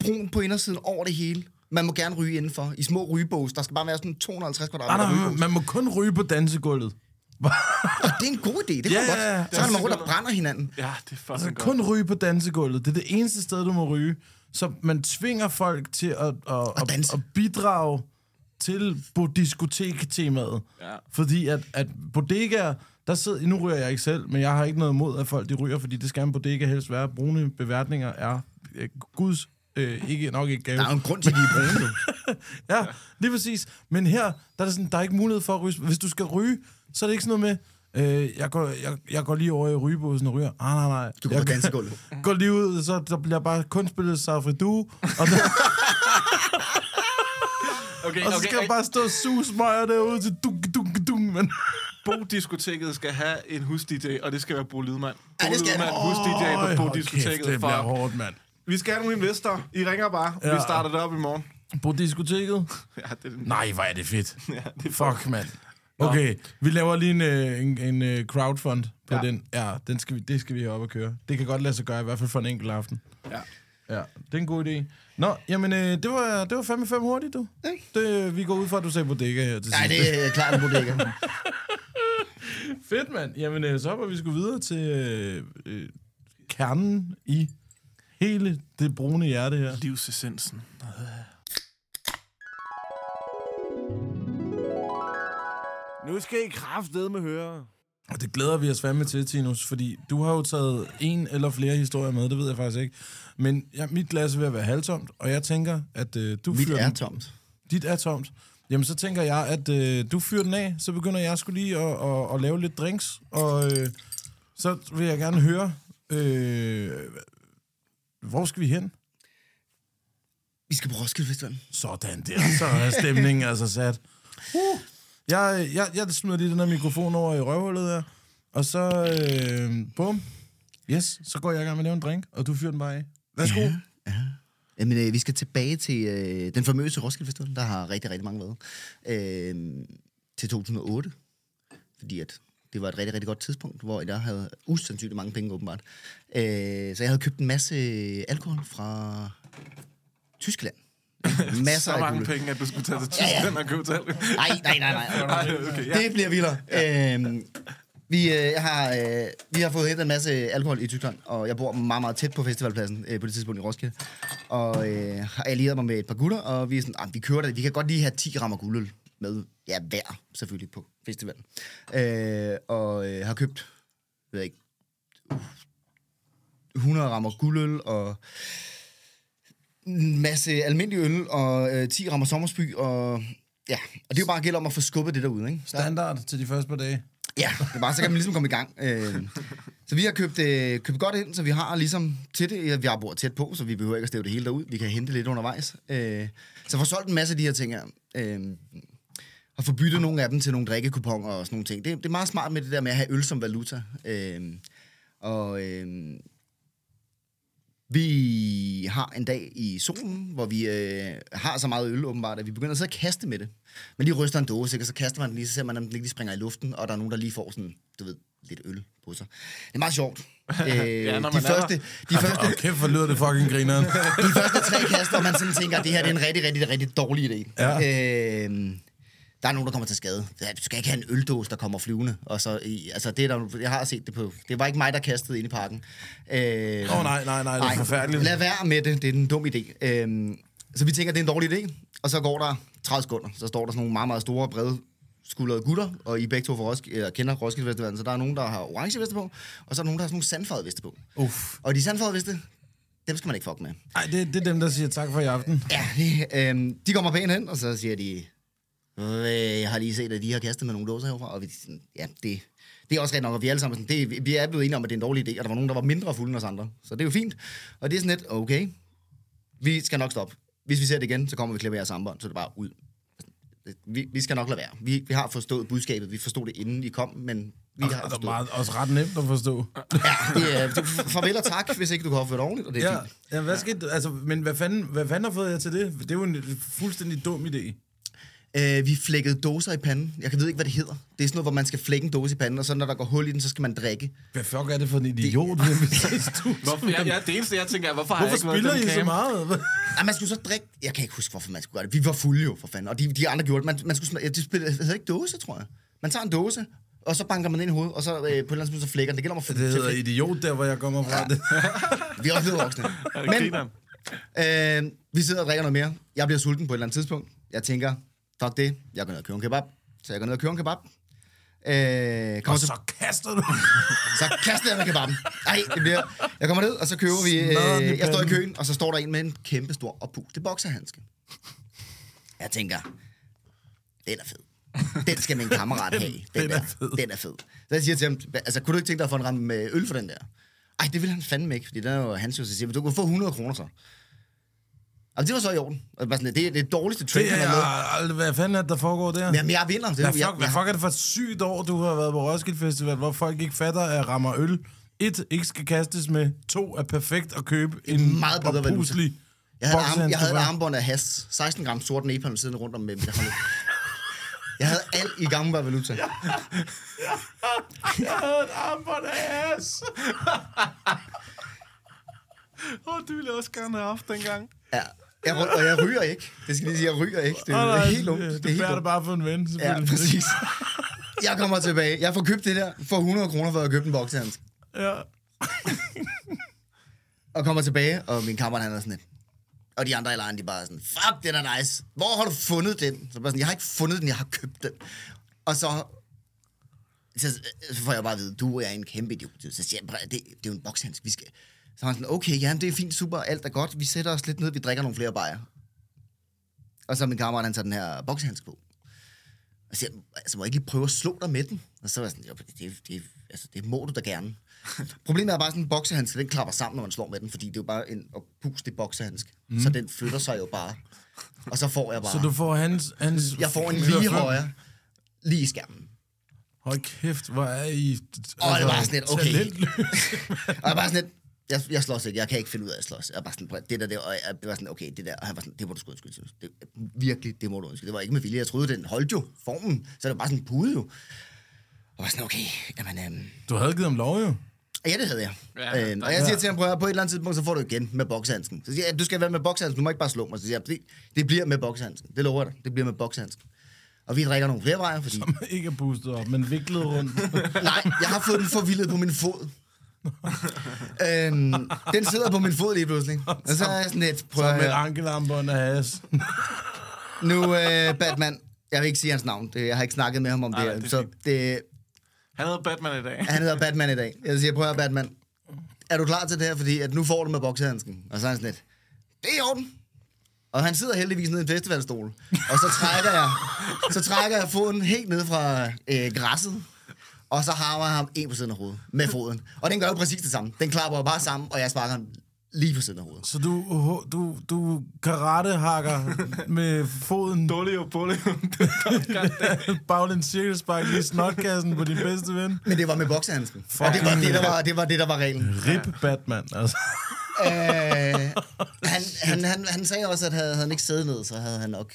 Speaker 6: Brun på indersiden over det hele. Man må gerne ryge indenfor. I små rygebås. Der skal bare være sådan 250
Speaker 3: Nej,
Speaker 6: kvadratmeter
Speaker 3: nej,
Speaker 6: rygebås.
Speaker 3: man må kun ryge på dansegulvet.
Speaker 6: Og det er en god idé. Det kan
Speaker 3: Ja,
Speaker 6: yeah,
Speaker 3: ja, ja.
Speaker 6: godt.
Speaker 3: Det
Speaker 6: Så
Speaker 3: er
Speaker 6: kan man
Speaker 4: så
Speaker 6: rundt og
Speaker 4: godt.
Speaker 6: brænder hinanden.
Speaker 4: Ja, det er fucking godt.
Speaker 3: Kun ryge på dansegulvet. Det er det eneste sted, du må ryge. Så man tvinger folk til at, at, at,
Speaker 6: danse.
Speaker 3: at bidrage til bodiskotek-temaet.
Speaker 4: Ja.
Speaker 3: Fordi at, at bodegaer, der sidder... Nu ryger jeg ikke selv, men jeg har ikke noget imod, at folk de ryger, fordi det skal en bodega helst være. Brune beværtninger er øh, guds... Øh, ikke, nok ikke gave.
Speaker 6: Der er jo en grund til, at de er brune nu.
Speaker 3: Ja, lige præcis. Men her, der er, der sådan, der er ikke mulighed for at ryge. Hvis du skal ryge, så er det ikke sådan noget med, øh, jeg, går, jeg, jeg går lige over i rygebåsen og ryger. Ah, nej, nej.
Speaker 6: Du går
Speaker 3: jeg
Speaker 6: på dansegulvet.
Speaker 3: Går lige ud, så der bliver bare kun spillet Safri Du, og, der,
Speaker 4: Okay,
Speaker 3: og så
Speaker 4: okay,
Speaker 3: skal jeg
Speaker 4: okay.
Speaker 3: bare stå og suge smøger derude til dunk, dunk, dunk. Men
Speaker 4: Bodiskoteket skal have en hus-DJ, og det skal være Bo Lydmand. Bo
Speaker 6: Ja, det skal-
Speaker 4: Lydmand, hus-DJ
Speaker 3: Øj,
Speaker 4: på
Speaker 3: hold kæft,
Speaker 4: Bodiskoteket.
Speaker 3: det bliver
Speaker 4: For...
Speaker 3: hårdt, mand.
Speaker 4: Vi skal have nogle investorer. I ringer bare.
Speaker 3: Ja.
Speaker 4: Vi starter det op i morgen.
Speaker 3: På diskoteket?
Speaker 4: Ja, det er den.
Speaker 3: Nej, hvor er det fedt.
Speaker 4: det er
Speaker 3: Fuck, mand. Okay, vi laver lige en, øh, en, en øh, crowdfund på ja.
Speaker 4: Ja.
Speaker 3: den. Ja, den skal vi, det skal vi have op at køre. Det kan godt lade sig gøre, i hvert fald for en enkelt aften.
Speaker 4: Ja.
Speaker 3: Ja, det er en god idé. Nå, jamen, øh, det, var, det var fandme fem hurtigt, du.
Speaker 6: Ikke?
Speaker 3: Det, øh, vi går ud fra, at du sagde bodega her til
Speaker 6: Nej,
Speaker 3: sidst.
Speaker 6: det er klart en bodega.
Speaker 3: Fedt, mand. Jamen, øh, så hopper vi sgu videre til øh, øh, kernen i hele det brune hjerte her.
Speaker 4: Livsessensen.
Speaker 5: Nu skal I kraftedeme høre.
Speaker 3: Og det glæder vi os fandme til, Tinus, fordi du har jo taget en eller flere historier med, det ved jeg faktisk ikke. Men ja, mit glas er ved at være halvtomt, og jeg tænker, at øh, du
Speaker 6: Mit
Speaker 3: fyrer
Speaker 6: er
Speaker 3: den.
Speaker 6: tomt.
Speaker 3: Dit er tomt. Jamen, så tænker jeg, at øh, du fyrer den af, så begynder jeg skulle lige at, at, at lave lidt drinks, og øh, så vil jeg gerne høre, øh, hvor skal vi hen?
Speaker 6: Vi skal på Roskilde Festival.
Speaker 3: Sådan der, så er stemningen altså sat. Uh, jeg, jeg, jeg smider lige den her mikrofon over i røvhullet her, og så, øh, bum, yes, så går jeg i gang med at lave en drink, og du fyrer den bare af. Værsgo. Ja.
Speaker 6: Jamen, øh, vi skal tilbage til øh, den famøse Roskilde Festival. Der har rigtig, rigtig mange været. Øh, til 2008. Fordi at det var et rigtig, rigtig godt tidspunkt, hvor jeg havde usandsynligt mange penge, åbenbart. Øh, så jeg havde købt en masse alkohol fra Tyskland. Masser
Speaker 4: Så
Speaker 6: af
Speaker 4: mange
Speaker 6: guld.
Speaker 4: penge, at du skulle tage til Tyskland og købe til alt.
Speaker 6: Nej, nej, nej, nej.
Speaker 4: Nej, okay, ja.
Speaker 6: Det bliver vildere. Ja. Øhm, vi, øh, jeg har, øh, vi har fået hentet en masse alkohol i Tyskland, og jeg bor meget, meget tæt på festivalpladsen øh, på det tidspunkt i Roskilde. Og øh, har allieret mig med et par gutter, og vi er sådan, "Ah, vi kører det. Vi kan godt lige have 10 rammer guldøl med ja, hver, selvfølgelig, på festivalen. Øh, og øh, har købt, ved jeg ikke, 100 rammer guldøl og en masse almindelig øl og øh, 10 rammer sommersby og ja, og det er jo bare gælder om at få skubbet det derude, ikke? Så,
Speaker 3: Standard til de første par dage.
Speaker 6: ja, det er bare, så kan man ligesom komme i gang. Øh, så vi har købt, øh, købt godt ind, så vi har ligesom til det, ja, vi har bor tæt på, så vi behøver ikke at stæve det hele derud, vi kan hente lidt undervejs. Øh, så får solgt en masse af de her ting her. Øh, og få byttet nogle af dem til nogle drikkekuponer og sådan nogle ting. Det, det er meget smart med det der med at have øl som valuta. Øh, og øh, vi har en dag i solen, hvor vi øh, har så meget øl åbenbart, at vi begynder at sidde og kaste med det. Men lige ryster en dåse, ikke? og så kaster man den lige, så ser man, om den ikke lige springer i luften, og der er nogen, der lige får sådan, du ved, lidt øl på sig. Det er meget sjovt. Øh,
Speaker 4: Ja, når
Speaker 6: de,
Speaker 4: man er
Speaker 6: første, de, første,
Speaker 3: Og kæft, hvor lyder det fucking grineren.
Speaker 6: de første tre kaster, og man sådan tænker, at det her det er en rigtig, rigtig, rigtig dårlig idé.
Speaker 3: Ja.
Speaker 6: Øh, der er nogen, der kommer til skade. Ja, Du skal ikke have en øldåse, der kommer flyvende. Og så, i- altså, det er der, jeg har set det på. Det var ikke mig, der kastede ind i parken. Åh, øh,
Speaker 3: Åh, nej, nej, nej, det er forfærdeligt.
Speaker 6: Lad være med det. Det er en dum idé. Øhm, så vi tænker, det er en dårlig idé. Og så går der 30 sekunder. Så står der sådan nogle meget, meget store, brede skuldrede gutter, og I er begge to for Rosk- eller kender Roskilde Festivalen, så der er nogen, der har orange veste på, og så er der nogen, der har sådan nogle sandfarvede veste på.
Speaker 3: Uff.
Speaker 6: Og de sandfarvede veste, Dem skal man ikke fuck med.
Speaker 3: Nej, det, det er dem, der siger tak for i aften.
Speaker 6: Ja, øh, de kommer pænt hen, og så siger de, "Øh, jeg har lige set, at de har kastet med nogle låser herfra, og vi er sådan, ja, det, det er også rent nok, og vi er alle sammen sådan, det, vi er blevet enige om, at det er en dårlig idé, og der var nogen, der var mindre fulde end os andre, så det er jo fint, og det er sådan lidt, okay, vi skal nok stoppe. Hvis vi ser det igen, så kommer vi klippe jeres armbånd, så er det bare ud. Vi, vi skal nok lade være. Vi, vi har forstået budskabet, vi forstod det, inden I kom, men vi har
Speaker 3: Og det er
Speaker 6: forstået.
Speaker 3: meget, også ret nemt at forstå.
Speaker 6: Ja, det er, farvel og tak, hvis ikke du kan opføre dig ordentligt, og det er
Speaker 3: Ja,
Speaker 6: fint.
Speaker 3: ja hvad skete, altså, men hvad fanden, hvad fanden har fået jer til det? Det er jo en fuldstændig dum idé.
Speaker 6: Øh, vi flækkede doser i panden. Jeg kan ved ikke, hvad det hedder. Det er sådan noget, hvor man skal flække en dose i panden, og så når der går hul i den, så skal man drikke.
Speaker 3: Hvad fuck er det for en idiot, det... hvis
Speaker 4: Hvorfor, jeg, jeg, det eneste, jeg tænker, er, hvorfor, har jeg
Speaker 3: Hvorfor
Speaker 4: ikke
Speaker 3: spiller
Speaker 4: været den
Speaker 3: I så
Speaker 4: camp?
Speaker 3: meget?
Speaker 6: Ej, man skulle så drikke... Jeg kan ikke huske, hvorfor man skulle gøre det. Vi var fulde jo, for fanden. Og de, de andre gjorde det. Man, man skulle, sm- ja, det spillede, det hedder ikke dåse, tror jeg. Man tager en dåse, og så banker man ind i hovedet, og så øh, på et eller andet tidspunkt, så flækker den. Det gælder om at få
Speaker 3: Det hedder
Speaker 6: til
Speaker 3: idiot, der hvor jeg kommer fra. Det.
Speaker 6: at- Vi er også blevet voksne.
Speaker 4: Ja,
Speaker 6: Men
Speaker 4: grineren.
Speaker 6: øh, vi sidder og drikker noget mere. Jeg bliver sulten på et eller andet tidspunkt. Jeg tænker, fuck det, jeg går ned og køber en kebab. Så jeg går ned og køber en kebab. Øh, kommer
Speaker 3: Og
Speaker 6: til-
Speaker 3: så kaster du.
Speaker 6: Så kaster jeg mig kebaben. Nej, det bliver... Jeg kommer ned, og så køber vi...
Speaker 3: Smadrer den i
Speaker 6: Øh, jeg står i
Speaker 3: panden.
Speaker 6: køen, og så står der en med en kæmpe stor oppuste bokserhandske. Jeg tænker, den er fed. Den skal min kammerat have. Den, den, er, fed. den er fed. Så jeg siger til ham, "Hva- altså kunne du ikke tænke dig at få en ramme med øl for den der? Ej, det vil han fandme ikke, fordi den er jo hans, jo, så siger, men du kunne få 100 kroner så. Og det var så i orden. Og det, var sådan, det er det dårligste trade,
Speaker 3: Det
Speaker 6: han
Speaker 3: er
Speaker 6: har
Speaker 3: aldrig, hvad fanden er det, der foregår der?
Speaker 6: med. Men jeg vinder. Det,
Speaker 3: Hvad
Speaker 6: jeg,
Speaker 3: fuck, hvad
Speaker 6: jeg-
Speaker 3: fuck er det for et sygt år, du har været på Roskilde Festival, hvor folk ikke fatter, at rammer øl. Et, ikke skal kastes med. To, er perfekt at købe en
Speaker 6: meget bedre valuta.
Speaker 3: oppuslig
Speaker 6: Jeg havde, arm,
Speaker 3: boksehandske
Speaker 6: jeg havde et
Speaker 3: for.
Speaker 6: armbånd af has. 16 gram sort napalm siddende rundt om med mit hånd. Jeg havde alt i gamle valuta.
Speaker 4: Jeg havde et armbånd af ass. Åh, oh, det ville jeg også gerne have haft dengang.
Speaker 6: Ja. Jeg, ry- og jeg ryger ikke. Det skal lige sige, jeg ryger ikke. Det,
Speaker 3: Åh,
Speaker 6: er
Speaker 3: nej,
Speaker 6: helt ungt. Det er
Speaker 3: Du
Speaker 6: helt
Speaker 3: bærer det
Speaker 6: ungt.
Speaker 3: bare for en ven,
Speaker 6: Ja,
Speaker 3: selvfølgelig.
Speaker 6: præcis. Jeg kommer tilbage. Jeg får købt det der for 100 kroner, for at købe en bokshandsk.
Speaker 3: Ja.
Speaker 6: Og kommer tilbage, og min kammerat han er sådan lidt. Og de andre i lejren, de bare er sådan, fuck, den er nice. Hvor har du fundet den? Så bare sådan, jeg har ikke fundet den, jeg har købt den. Og så, så øh, så får jeg bare at vide, du er en kæmpe idiot. Så siger jeg, "Prøv at- det, det er jo en bokshandsk, vi skal... Så er han sådan, okay, ja, det er fint, super, alt er godt. Vi sætter os lidt ned, vi drikker nogle flere bajer. Og så har min kammerat, han tager den her bokshandsk på. Og siger, altså må jeg ikke lige prøve at slå dig med den? Og så var jeg sådan, jo, det, det, altså, det må du da gerne. Problemet er bare sådan, en boksehandske, den klapper sammen, når man slår med den, fordi det er jo bare en opustig boksehandske. Mm. Så den flytter sig jo bare. Og så får jeg bare,
Speaker 3: Mhm. Så du får hans... hans
Speaker 6: jeg får en lige højere, lige i skærmen.
Speaker 3: Hold kæft, hvor er I...
Speaker 6: Åh, det var sådan lidt, okay.
Speaker 3: talentløse.
Speaker 6: Og jeg var bare sådan lidt, jeg, jeg slås ikke, jeg kan ikke finde ud af at slås. Jeg var sådan, "Prøv, det der, det, og jeg var sådan, okay, det der, og han var sådan, det må du sgu undskylde. Silas. Det, virkelig, det må du undskylde. Det var ikke med vilje, jeg troede, den holdt jo formen, så det var bare sådan en pude jo. Og jeg var sådan, okay, jamen, øhm,
Speaker 3: Du havde givet ham lov, jo.
Speaker 6: Ja, det havde jeg.
Speaker 4: Ja,
Speaker 6: Ja, øhm, og jeg siger til ham, prøv at høre, på et eller andet tidspunkt, så får du igen med bokshandsken. Så siger jeg, du skal være med bokshandsken, du må ikke bare slå mig. Så siger jeg, det, det bliver med bokshandsken. Det lover jeg dig, det bliver med bokshandsken. Og vi drikker nogle flere vejer, fordi...
Speaker 3: Ikke er pustet op, men viklet rundt.
Speaker 6: Nej, jeg har fået den forvildet på min fod. øhm, den sidder på min fod lige pludselig. Og så er jeg sådan lidt, prøv at
Speaker 3: med
Speaker 6: høre,
Speaker 3: ankelarmbånd og has.
Speaker 6: nu øh, Batman, jeg vil ikke sige hans navn, det, jeg har ikke snakket med ham om det,
Speaker 4: nej,
Speaker 6: her.
Speaker 4: det er
Speaker 6: så
Speaker 4: fint.
Speaker 6: det,
Speaker 4: Han havde Batman i dag.
Speaker 6: han hedder Batman i dag. Jeg siger, prøv at høre, Batman. Er du klar til det her? Fordi at nu får du med boksehandsken. Og så er han sådan lidt, det er i orden. Og han sidder heldigvis nede i en festivalstol. Og så trækker jeg, så trækker jeg foden helt ned fra øh, græsset. Og så har jeg ham en på siden af hovedet med foden. Og den gør jo præcis det samme. Den klapper jo bare sammen, og jeg sparker ham lige på siden af hovedet.
Speaker 3: Så du, du, du karatehakker med foden
Speaker 4: Dolly og Bolly.
Speaker 3: baglæns cirkelspark lige i snotkassen på din bedste ven.
Speaker 6: Men det var med boksehandsken. Og det var det, der var, det var, det, der var reglen.
Speaker 3: Rip Batman, altså.
Speaker 6: Øh, han, han, han, han sagde også, at havde havde han ikke siddet ned, så havde han nok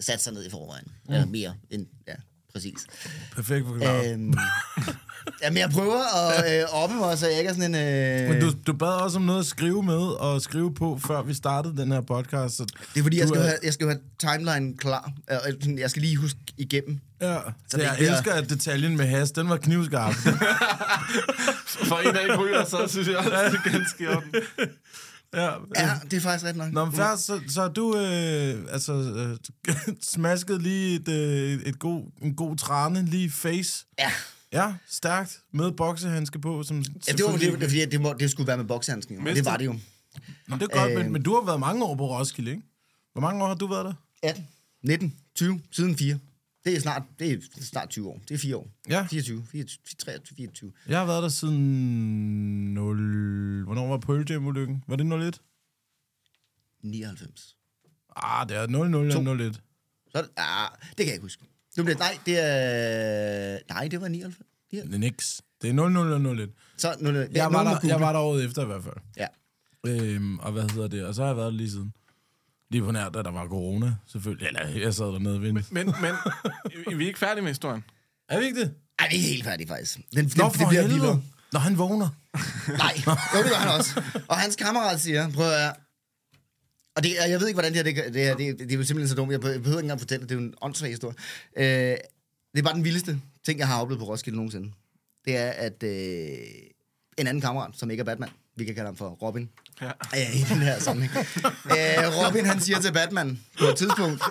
Speaker 6: sat sig ned i forvejen. Mm. Eller mere end, ja, præcis.
Speaker 3: Perfekt forklaret. Øh,
Speaker 6: Øhm, jamen, jeg prøver at øh, oppe mig, så jeg ikke er sådan en... Øh,
Speaker 3: men du, du bad også om noget at skrive med og skrive på, før vi startede den her podcast. Så
Speaker 6: det er fordi,
Speaker 3: du
Speaker 6: jeg skal,
Speaker 3: er-
Speaker 6: have, jeg skal jo have timeline klar. Øh, øh, sådan, Jeg skal lige huske igennem.
Speaker 3: Ja, så
Speaker 6: det
Speaker 3: jeg
Speaker 6: bliver-
Speaker 3: elsker, at detaljen med has, den var knivskarp.
Speaker 4: For en dag ryger, så synes jeg også, det er ganske i orden.
Speaker 3: ja.
Speaker 6: Ja, det er faktisk ret nok.
Speaker 3: Nå, men først, så, så du øh, altså, øh, smaskede lige et, øh, et god, en god trane, lige i face.
Speaker 6: Ja.
Speaker 3: Ja, stærkt. Med boksehandske på, som
Speaker 6: Ja, det var det, det, fordi det, må, det skulle være med bokshandsken, jo. og det
Speaker 4: Mistede-
Speaker 6: var det jo.
Speaker 3: Nå, det er godt, men, men du har været mange år på Roskilde, ikke? Hvor mange år har du været der?
Speaker 6: 18, 19, 20, siden 4. Det er snart, det er snart 20 år. Det er 4 år.
Speaker 3: Ja.
Speaker 6: 24, 24 23, 24.
Speaker 3: Jeg har været der siden 0... Hvornår var Pearl Jam-ulykken? Var det 01?
Speaker 6: 99.
Speaker 3: Ah, det er 00 eller 01.
Speaker 6: Så er det, ah, det kan jeg ikke huske. Det blev, nej, det er... Nej, det var 99. Ja.
Speaker 3: Det er niks. Det er 00 eller 01.
Speaker 6: Så nu, jeg,
Speaker 3: Jeg var, der, jeg var der året efter i hvert fald.
Speaker 6: Ja.
Speaker 3: Øhm, og hvad hedder det? Og så har jeg været der lige siden. Lige på nær, da der var corona, selvfølgelig. Eller jeg sad dernede ved en-
Speaker 4: Men, men er vi er ikke færdige med historien.
Speaker 3: Er vi ikke det?
Speaker 6: Ej, vi er helt færdige, faktisk. Den,
Speaker 3: Nå,
Speaker 6: den,
Speaker 3: for
Speaker 6: det bliver
Speaker 3: helvede.
Speaker 6: vildere.
Speaker 3: Når han vågner.
Speaker 6: Nej, jo, det gør han også. Og hans kammerat siger, prøv at høre. Og det, og jeg ved ikke, hvordan det her, det, kan- det, her, det, det er jo simpelthen så dumt. Jeg behøver ikke engang fortælle, det det er jo en åndssvag historie. Øh, det er bare den vildeste ting, jeg har oplevet på Roskilde nogensinde. Det er, at øh, en anden kammerat, som ikke er Batman, vi kan kalde ham for Robin, ja. øh, i den her sammenhæng. øh, Robin, han siger til Batman på et tidspunkt,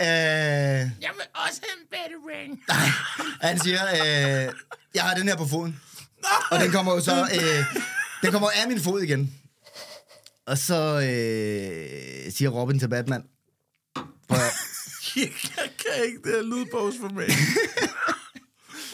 Speaker 6: øh,
Speaker 1: Jeg vil også have en battering.
Speaker 6: han siger, øh, jeg har den her på foden. Og den kommer jo så... Øh, den kommer af min fod igen. Og så øh, siger Robin til Batman. Prøv at,
Speaker 3: jeg kan ikke det her lydbogs for mig.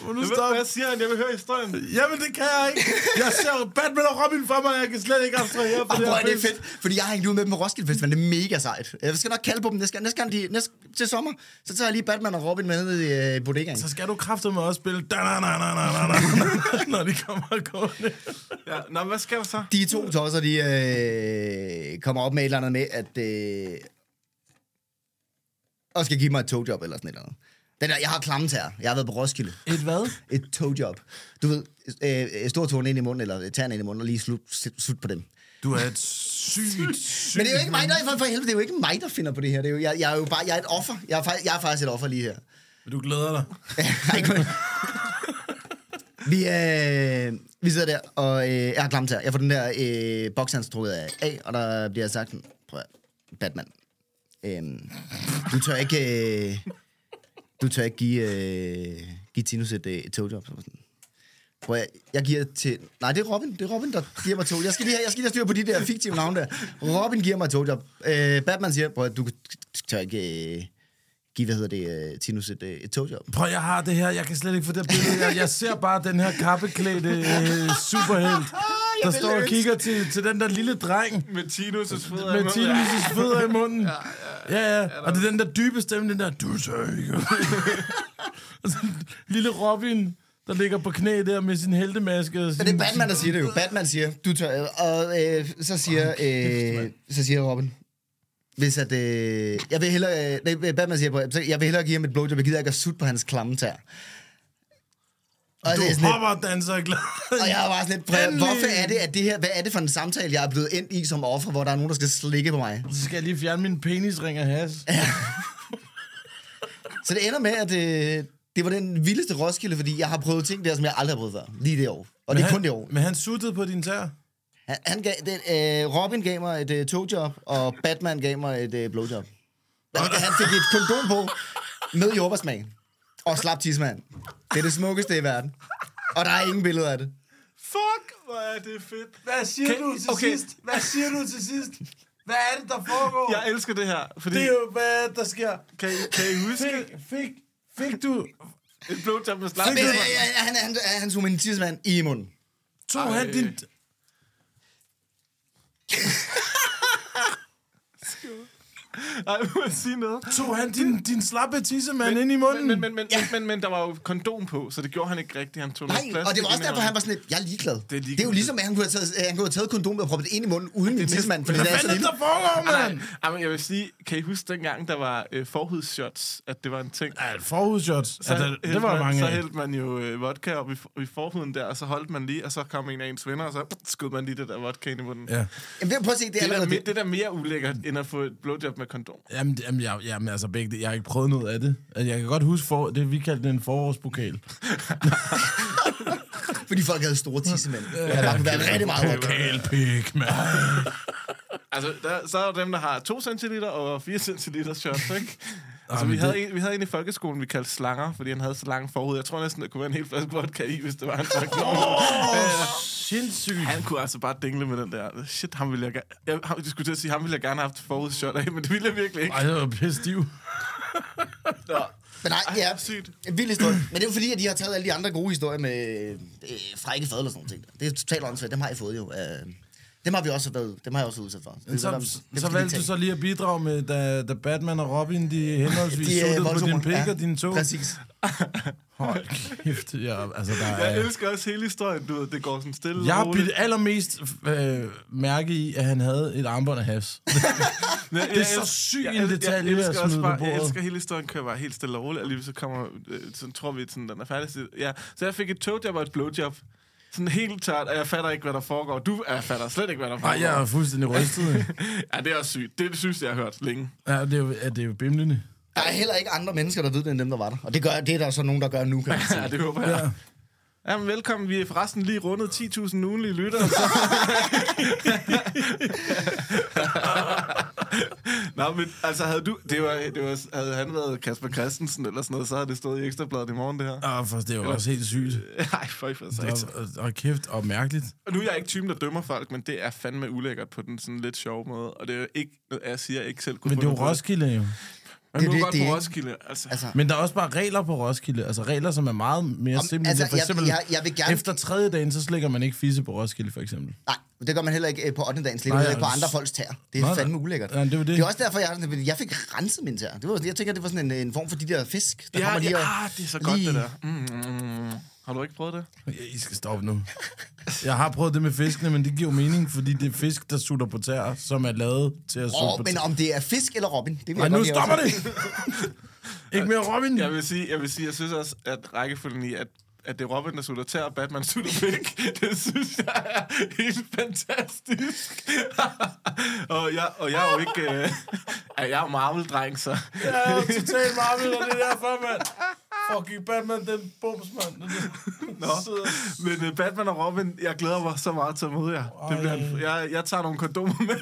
Speaker 3: Må du
Speaker 4: Stop.
Speaker 3: stoppe?
Speaker 4: Hvad siger han? Jeg vil høre historien.
Speaker 3: Jamen, det kan jeg ikke. Jeg ser Batman og Robin for mig, og jeg kan slet ikke abstrahere fra
Speaker 6: og
Speaker 3: det
Speaker 6: prøv
Speaker 3: her
Speaker 6: at, det er
Speaker 3: pis.
Speaker 6: fedt, fordi jeg har hængt ud med dem på Roskilde Festival. Det er mega sejt. Jeg skal nok kalde på dem næste gang. Næste gang de, næste, til sommer, så tager jeg lige Batman og Robin med ned i øh, bodegaen.
Speaker 3: Så skal du kraftedeme også spille da na na na na na na når de kommer gående.
Speaker 4: Ja. Nå, men hvad sker der så?
Speaker 6: De to tosser, de øh, kommer op med et eller andet med, at... Øh, og skal give mig et togjob eller sådan et eller andet. Den der, jeg har klamme tæer. Jeg har været på Roskilde.
Speaker 3: Et hvad?
Speaker 6: Et togjob. Du ved, øh, øh, stor tårn ind i munden, eller tæerne ind i munden, og lige slut, slut på dem.
Speaker 3: Du er et sygt, sygt...
Speaker 6: Men det er jo ikke mig, der, for, for helvede, det er jo ikke mig, der finder på det her. Det er jo, jeg, jeg er jo bare, jeg er et offer. Jeg er, fak- jeg er faktisk et offer lige her.
Speaker 3: Men Du glæder dig.
Speaker 6: Nej, kun. Vi, øh, vi sidder der, og øh, jeg har klamt her. Jeg får den der øh, bokshands trukket af, af, og der bliver sagt, sådan, prøv at, høre, Batman, øh, du tør ikke, øh, du tør ikke give, øh, give Tinus et, øh, et togjob. Så var jeg Sådan. Prøv at, høre, jeg giver til... Nej, det er Robin. Det er Robin, der giver mig tog. Jeg skal lige have, jeg skal lige have styr på de der fiktive navne der. Robin giver mig et togjob. Øh, Batman siger, prøv at, høre, du tør ikke øh, give, hvad hedder det, øh, Tinus et, øh, et togjob.
Speaker 3: Prøv, jeg har det her. Jeg kan slet ikke få det her billede. Jeg, jeg ser bare den her kappeklædte øh, superhelt,
Speaker 6: Ah,
Speaker 3: der står og kigger til, til den der lille dreng
Speaker 4: Med Tinus' fødder.
Speaker 3: med Tinus' fødder i munden. Ja, ja. Og det er den der dybe stemme, den der, du tør ikke. Og så lille Robin, der ligger på knæ der med sin heltemaske. Og sin,
Speaker 6: Men det er Batman, der siger det jo. Batman siger, du tør... Og øh, så, siger, øh, så siger Robin, hvis at... Øh, jeg vil hellere... Øh, nej, Batman siger, på, så jeg vil hellere give ham et blowjob. Jeg gider ikke at sutte på hans klamme tær. Og, det er
Speaker 3: Du
Speaker 6: sådan lidt,
Speaker 3: hopper og danser og
Speaker 6: og jeg
Speaker 3: glad.
Speaker 6: var bare sådan lidt, prøv,
Speaker 3: Endelig.
Speaker 6: hvorfor er det, at det her, hvad er det for en samtale, jeg er blevet endt i som offer, hvor der er nogen, der skal slikke på mig?
Speaker 3: Så skal jeg lige fjerne min penisring af has.
Speaker 6: Så det ender med, at øh, det var den vildeste Roskilde, fordi jeg har prøvet ting der, som jeg aldrig har prøvet før, lige det år. Og det er kun det år.
Speaker 3: Men han suttede på din tær.
Speaker 6: Han, han gav, den, øh, Robin gav mig et øh, togjob, og Batman gav mig et øh, blowjob. Og han fik et kondom på med jordbærsmag. Og slap tidsmand. Det er det smukkeste i verden. Og der er ingen billeder af det.
Speaker 4: Fuck, hvor er det fedt.
Speaker 3: Hvad siger
Speaker 4: Kan- du til okay. sidst?
Speaker 3: Hvad siger du til sidst? Hvad er det, der foregår?
Speaker 4: Jeg elsker det her, fordi...
Speaker 3: Det er jo, hvad der sker.
Speaker 4: Kan I, kan I huske
Speaker 3: Fik, fik, fik du...
Speaker 4: et blowjob med slap?
Speaker 6: Men, øh, øh, han, han, han, han tog min tidsmand i munden.
Speaker 3: Tog Ej. han din...
Speaker 4: Nej, må jeg sige noget?
Speaker 3: Tog han din, din slappe tissemand ind i
Speaker 4: Men,
Speaker 3: munden?
Speaker 4: men, men, men, ja. men, men, der var jo kondom på, så det gjorde han ikke rigtigt. Han tog noget
Speaker 6: Nej, og det var
Speaker 4: plastik
Speaker 6: også
Speaker 4: ind i
Speaker 6: derfor, han
Speaker 4: munden.
Speaker 6: var sådan lidt, jeg er ligeglad. Det er,
Speaker 4: ligeglad.
Speaker 6: det er jo ligesom, at han kunne have taget, øh, han kunne have taget kondomet og proppet det ind i munden uden min tidsmand. Fordi det er
Speaker 3: Hvad er Altså, det,
Speaker 6: sådan,
Speaker 3: der foregår, mand?
Speaker 4: Nej, men jeg vil sige, kan I huske dengang, der var øh, forhudsshots, at det var en ting?
Speaker 3: Ja, forhudshots.
Speaker 4: Så,
Speaker 3: Ja, der, Altså, det var
Speaker 4: man,
Speaker 3: der mange
Speaker 4: så
Speaker 3: af.
Speaker 4: hældte man jo øh, vodka op i, for- i forhuden der, og så holdt man lige, og så kom en af ens venner, og så skød man lige det der vodka ind i munden.
Speaker 3: Ja.
Speaker 6: jamen, det- prøv at se, det er
Speaker 4: Det, er
Speaker 6: allerede
Speaker 4: da, me-
Speaker 6: det.
Speaker 4: det er da mere ulækkert, end at få et blowjob med kondom.
Speaker 3: Jamen, det- jamen, jeg, jamen, altså begge det. Jeg har ikke prøvet noget af det. Altså, Jeg kan godt huske, for, det vi kaldte den en forårspokal.
Speaker 6: Fordi folk havde store tissemænd. Ja, der kunne være rigtig meget.
Speaker 3: Pokalpik, mand.
Speaker 4: Altså, der, så er der dem, der har 2 cm og 4 cm shots, ikke? Altså,
Speaker 3: men
Speaker 4: vi, havde
Speaker 3: det-
Speaker 4: en, vi havde en i folkeskolen, vi kaldte slanger, fordi han havde så lange forhud. Jeg tror næsten, der kunne være en helt flaske vodka i, hvis det var en slags
Speaker 3: Sindssygt.
Speaker 4: Han kunne altså bare dingle med den der. Shit, ham ville jeg gerne... Jeg, ham, jeg skulle til at sige, ham ville jeg gerne have haft forudshot af, men det ville jeg virkelig ikke.
Speaker 3: Ej, det var pisse stiv.
Speaker 6: Men nej,
Speaker 4: Ej,
Speaker 6: ja,
Speaker 4: sygt.
Speaker 6: en vild historie. Men det er jo fordi, at de har taget alle de andre gode historier med øh, frække fadler og sådan noget. Det er totalt åndssvagt. Dem har I fået jo. Øh, dem har vi også været, dem har jeg også været udsat for.
Speaker 3: Men
Speaker 6: Dem- dem
Speaker 3: så,
Speaker 6: skal
Speaker 3: så
Speaker 6: vi
Speaker 3: valgte
Speaker 6: tage.
Speaker 3: du så lige at bidrage med, da, da Batman og Robin, de henholdsvis
Speaker 6: De, øh,
Speaker 3: de, på
Speaker 6: voldsomme.
Speaker 3: din pik
Speaker 6: Ja,
Speaker 3: og dine tog.
Speaker 6: Præcis.
Speaker 3: Hold kæft, jeg, altså der
Speaker 4: Jeg
Speaker 3: er...
Speaker 4: elsker også hele historien, du ved. Det går sådan stille
Speaker 3: Jeg
Speaker 4: og
Speaker 3: har
Speaker 4: roligt.
Speaker 3: bidt allermest øh, mærke i, at han havde et armbånd af has.
Speaker 4: Men
Speaker 3: Det er så syg en detalje,
Speaker 4: jeg,
Speaker 3: at
Speaker 4: elsker også
Speaker 3: smide på
Speaker 4: bare, jeg
Speaker 3: bordet.
Speaker 4: elsker hele historien, kører bare helt stille og roligt, og lige så kommer, øh, så tror vi, sådan, den er færdig. Så- Ja, så jeg fik et togjob og et blowjob. Sådan helt tørt, og jeg fatter ikke, hvad der foregår. Du jeg fatter slet ikke, hvad der
Speaker 3: Nej,
Speaker 4: foregår.
Speaker 3: jeg er fuldstændig rystet.
Speaker 4: ja, det er også sygt. Det er det sygeste, jeg har hørt længe.
Speaker 3: Ja, det er jo, ja, det er jo bimlende.
Speaker 6: Der er heller ikke andre mennesker, der ved det, end dem, der var der. Og det, gør, det er der så nogen, der gør nu, kan man sige.
Speaker 4: Ja, det håber jeg. Ja. Jamen, velkommen. Vi er forresten lige rundet 10.000 ugenlige lyttere. Så... Nå, men altså, havde du... Det var, det var, havde han været Kasper Christensen eller sådan noget, så havde det stået i Ekstrabladet i morgen, det her.
Speaker 3: Ah, for det er jo også helt sygt.
Speaker 4: Nej, for for satan.
Speaker 3: Og, og, og kæft, og mærkeligt.
Speaker 4: Og nu er jeg ikke typen, der dømmer folk, men det er fandme ulækkert på den sådan lidt sjove måde. Og det er jo ikke noget, jeg siger, jeg ikke selv kunne
Speaker 3: Men det er
Speaker 4: finde
Speaker 3: jo
Speaker 4: på.
Speaker 3: Roskilde, jo.
Speaker 4: Man
Speaker 6: Det
Speaker 4: må
Speaker 6: er det,
Speaker 4: godt
Speaker 6: det er
Speaker 4: på
Speaker 6: ikke-
Speaker 4: Roskilde. Altså, altså,
Speaker 6: Altså,
Speaker 3: Men der er også bare regler på Roskilde. Altså regler, som er meget mere simple.
Speaker 6: altså,
Speaker 3: Altså, for
Speaker 6: jeg-
Speaker 3: eksempel,
Speaker 6: jeg- jeg vil gerne-
Speaker 3: efter tredje dagen, så slikker man ikke fisse på Roskilde, for eksempel.
Speaker 6: nej, det gør man heller ikke øh, på 8. dagens
Speaker 3: Nej,
Speaker 6: heller ikke på
Speaker 3: ja,
Speaker 6: andre
Speaker 3: s-
Speaker 6: folks tær. Det er
Speaker 3: Nej, nej.
Speaker 6: fandme ulækkert.
Speaker 3: Ja, det er jo det.
Speaker 6: det er også derfor, jeg, har sådan- fordi jeg fik renset min tær. Det var, jeg tænker, det var sådan en, en form for de der fisk, der
Speaker 4: ja,
Speaker 6: kommer
Speaker 4: ja,
Speaker 6: lige og...
Speaker 4: ah, det er så godt,
Speaker 6: lige-
Speaker 4: det der. Mm, mm, mm. Har du ikke prøvet det?
Speaker 3: Ja, I skal stoppe nu. Jeg har prøvet det med fiskene, men det giver jo mening, fordi det er fisk, der sutter på tæer, som er lavet til at sutte
Speaker 6: Åh,
Speaker 3: på
Speaker 6: men
Speaker 3: tæer.
Speaker 6: om det er fisk eller robin, det vil
Speaker 3: Nej,
Speaker 6: jeg godt
Speaker 3: nu
Speaker 6: lige
Speaker 3: stopper
Speaker 6: også-
Speaker 3: det! ikke mere Robin!
Speaker 4: Jeg vil sige, jeg vil sige, jeg synes også, at rækkefølgen i, at at det er Robin, der sutter tær, og Batman sutter pik. Det synes jeg er helt fantastisk. og, jeg, og jeg er jo ikke... Øh, ja, jeg er jo Marvel-dreng, så...
Speaker 3: Jeg er totalt marvel, og det er derfor, mand. Fucking Batman, den bums, mand.
Speaker 4: Nå. Men øh, Batman og Robin, jeg glæder mig så meget til at møde jer. Det bliver en, jeg, jeg tager nogle kondomer med.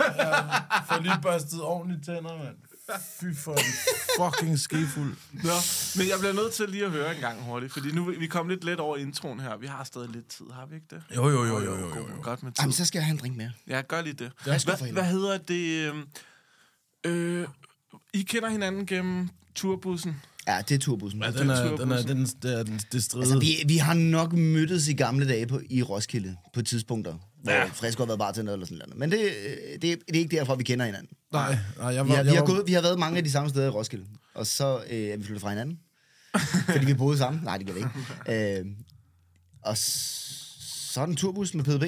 Speaker 3: Får lige børstet ordentligt tænder, mand. Fy for en fucking skefuld.
Speaker 4: Nå, men jeg bliver nødt til lige at høre en gang hurtigt, fordi nu vi kom lidt let over introen her. Vi har stadig lidt tid, har vi ikke det?
Speaker 3: Jo, jo, jo, jo, jo, jo.
Speaker 4: jo. Godt med tid.
Speaker 6: Jamen, så skal jeg have en drink mere.
Speaker 4: Ja, gør lige det.
Speaker 6: Værsgo for
Speaker 4: Hvad,
Speaker 6: helvede.
Speaker 4: hvad hedder det? øhm, Øh, I kender hinanden gennem turbussen.
Speaker 6: Ja, det er turbussen.
Speaker 3: Ja, den er, den er, den, den er, den, det stride.
Speaker 6: Altså, vi, vi har nok mødtes i gamle dage på, i Roskilde på tidspunkter, hvor ja. Frisk har været bare til noget eller sådan noget. Men det, øh, det, er- det er ikke derfra, vi kender hinanden.
Speaker 3: Nej, nej, jeg
Speaker 6: Vi
Speaker 3: var...
Speaker 6: har, vi,
Speaker 3: jeg
Speaker 6: har
Speaker 3: var-
Speaker 6: gået, vi har været mange af de samme steder i Roskilde, og så øh, er vi flyttet fra hinanden, fordi vi boede sammen. Nej, det gør vi ikke. Øh, og s- så er den turbus med PDB,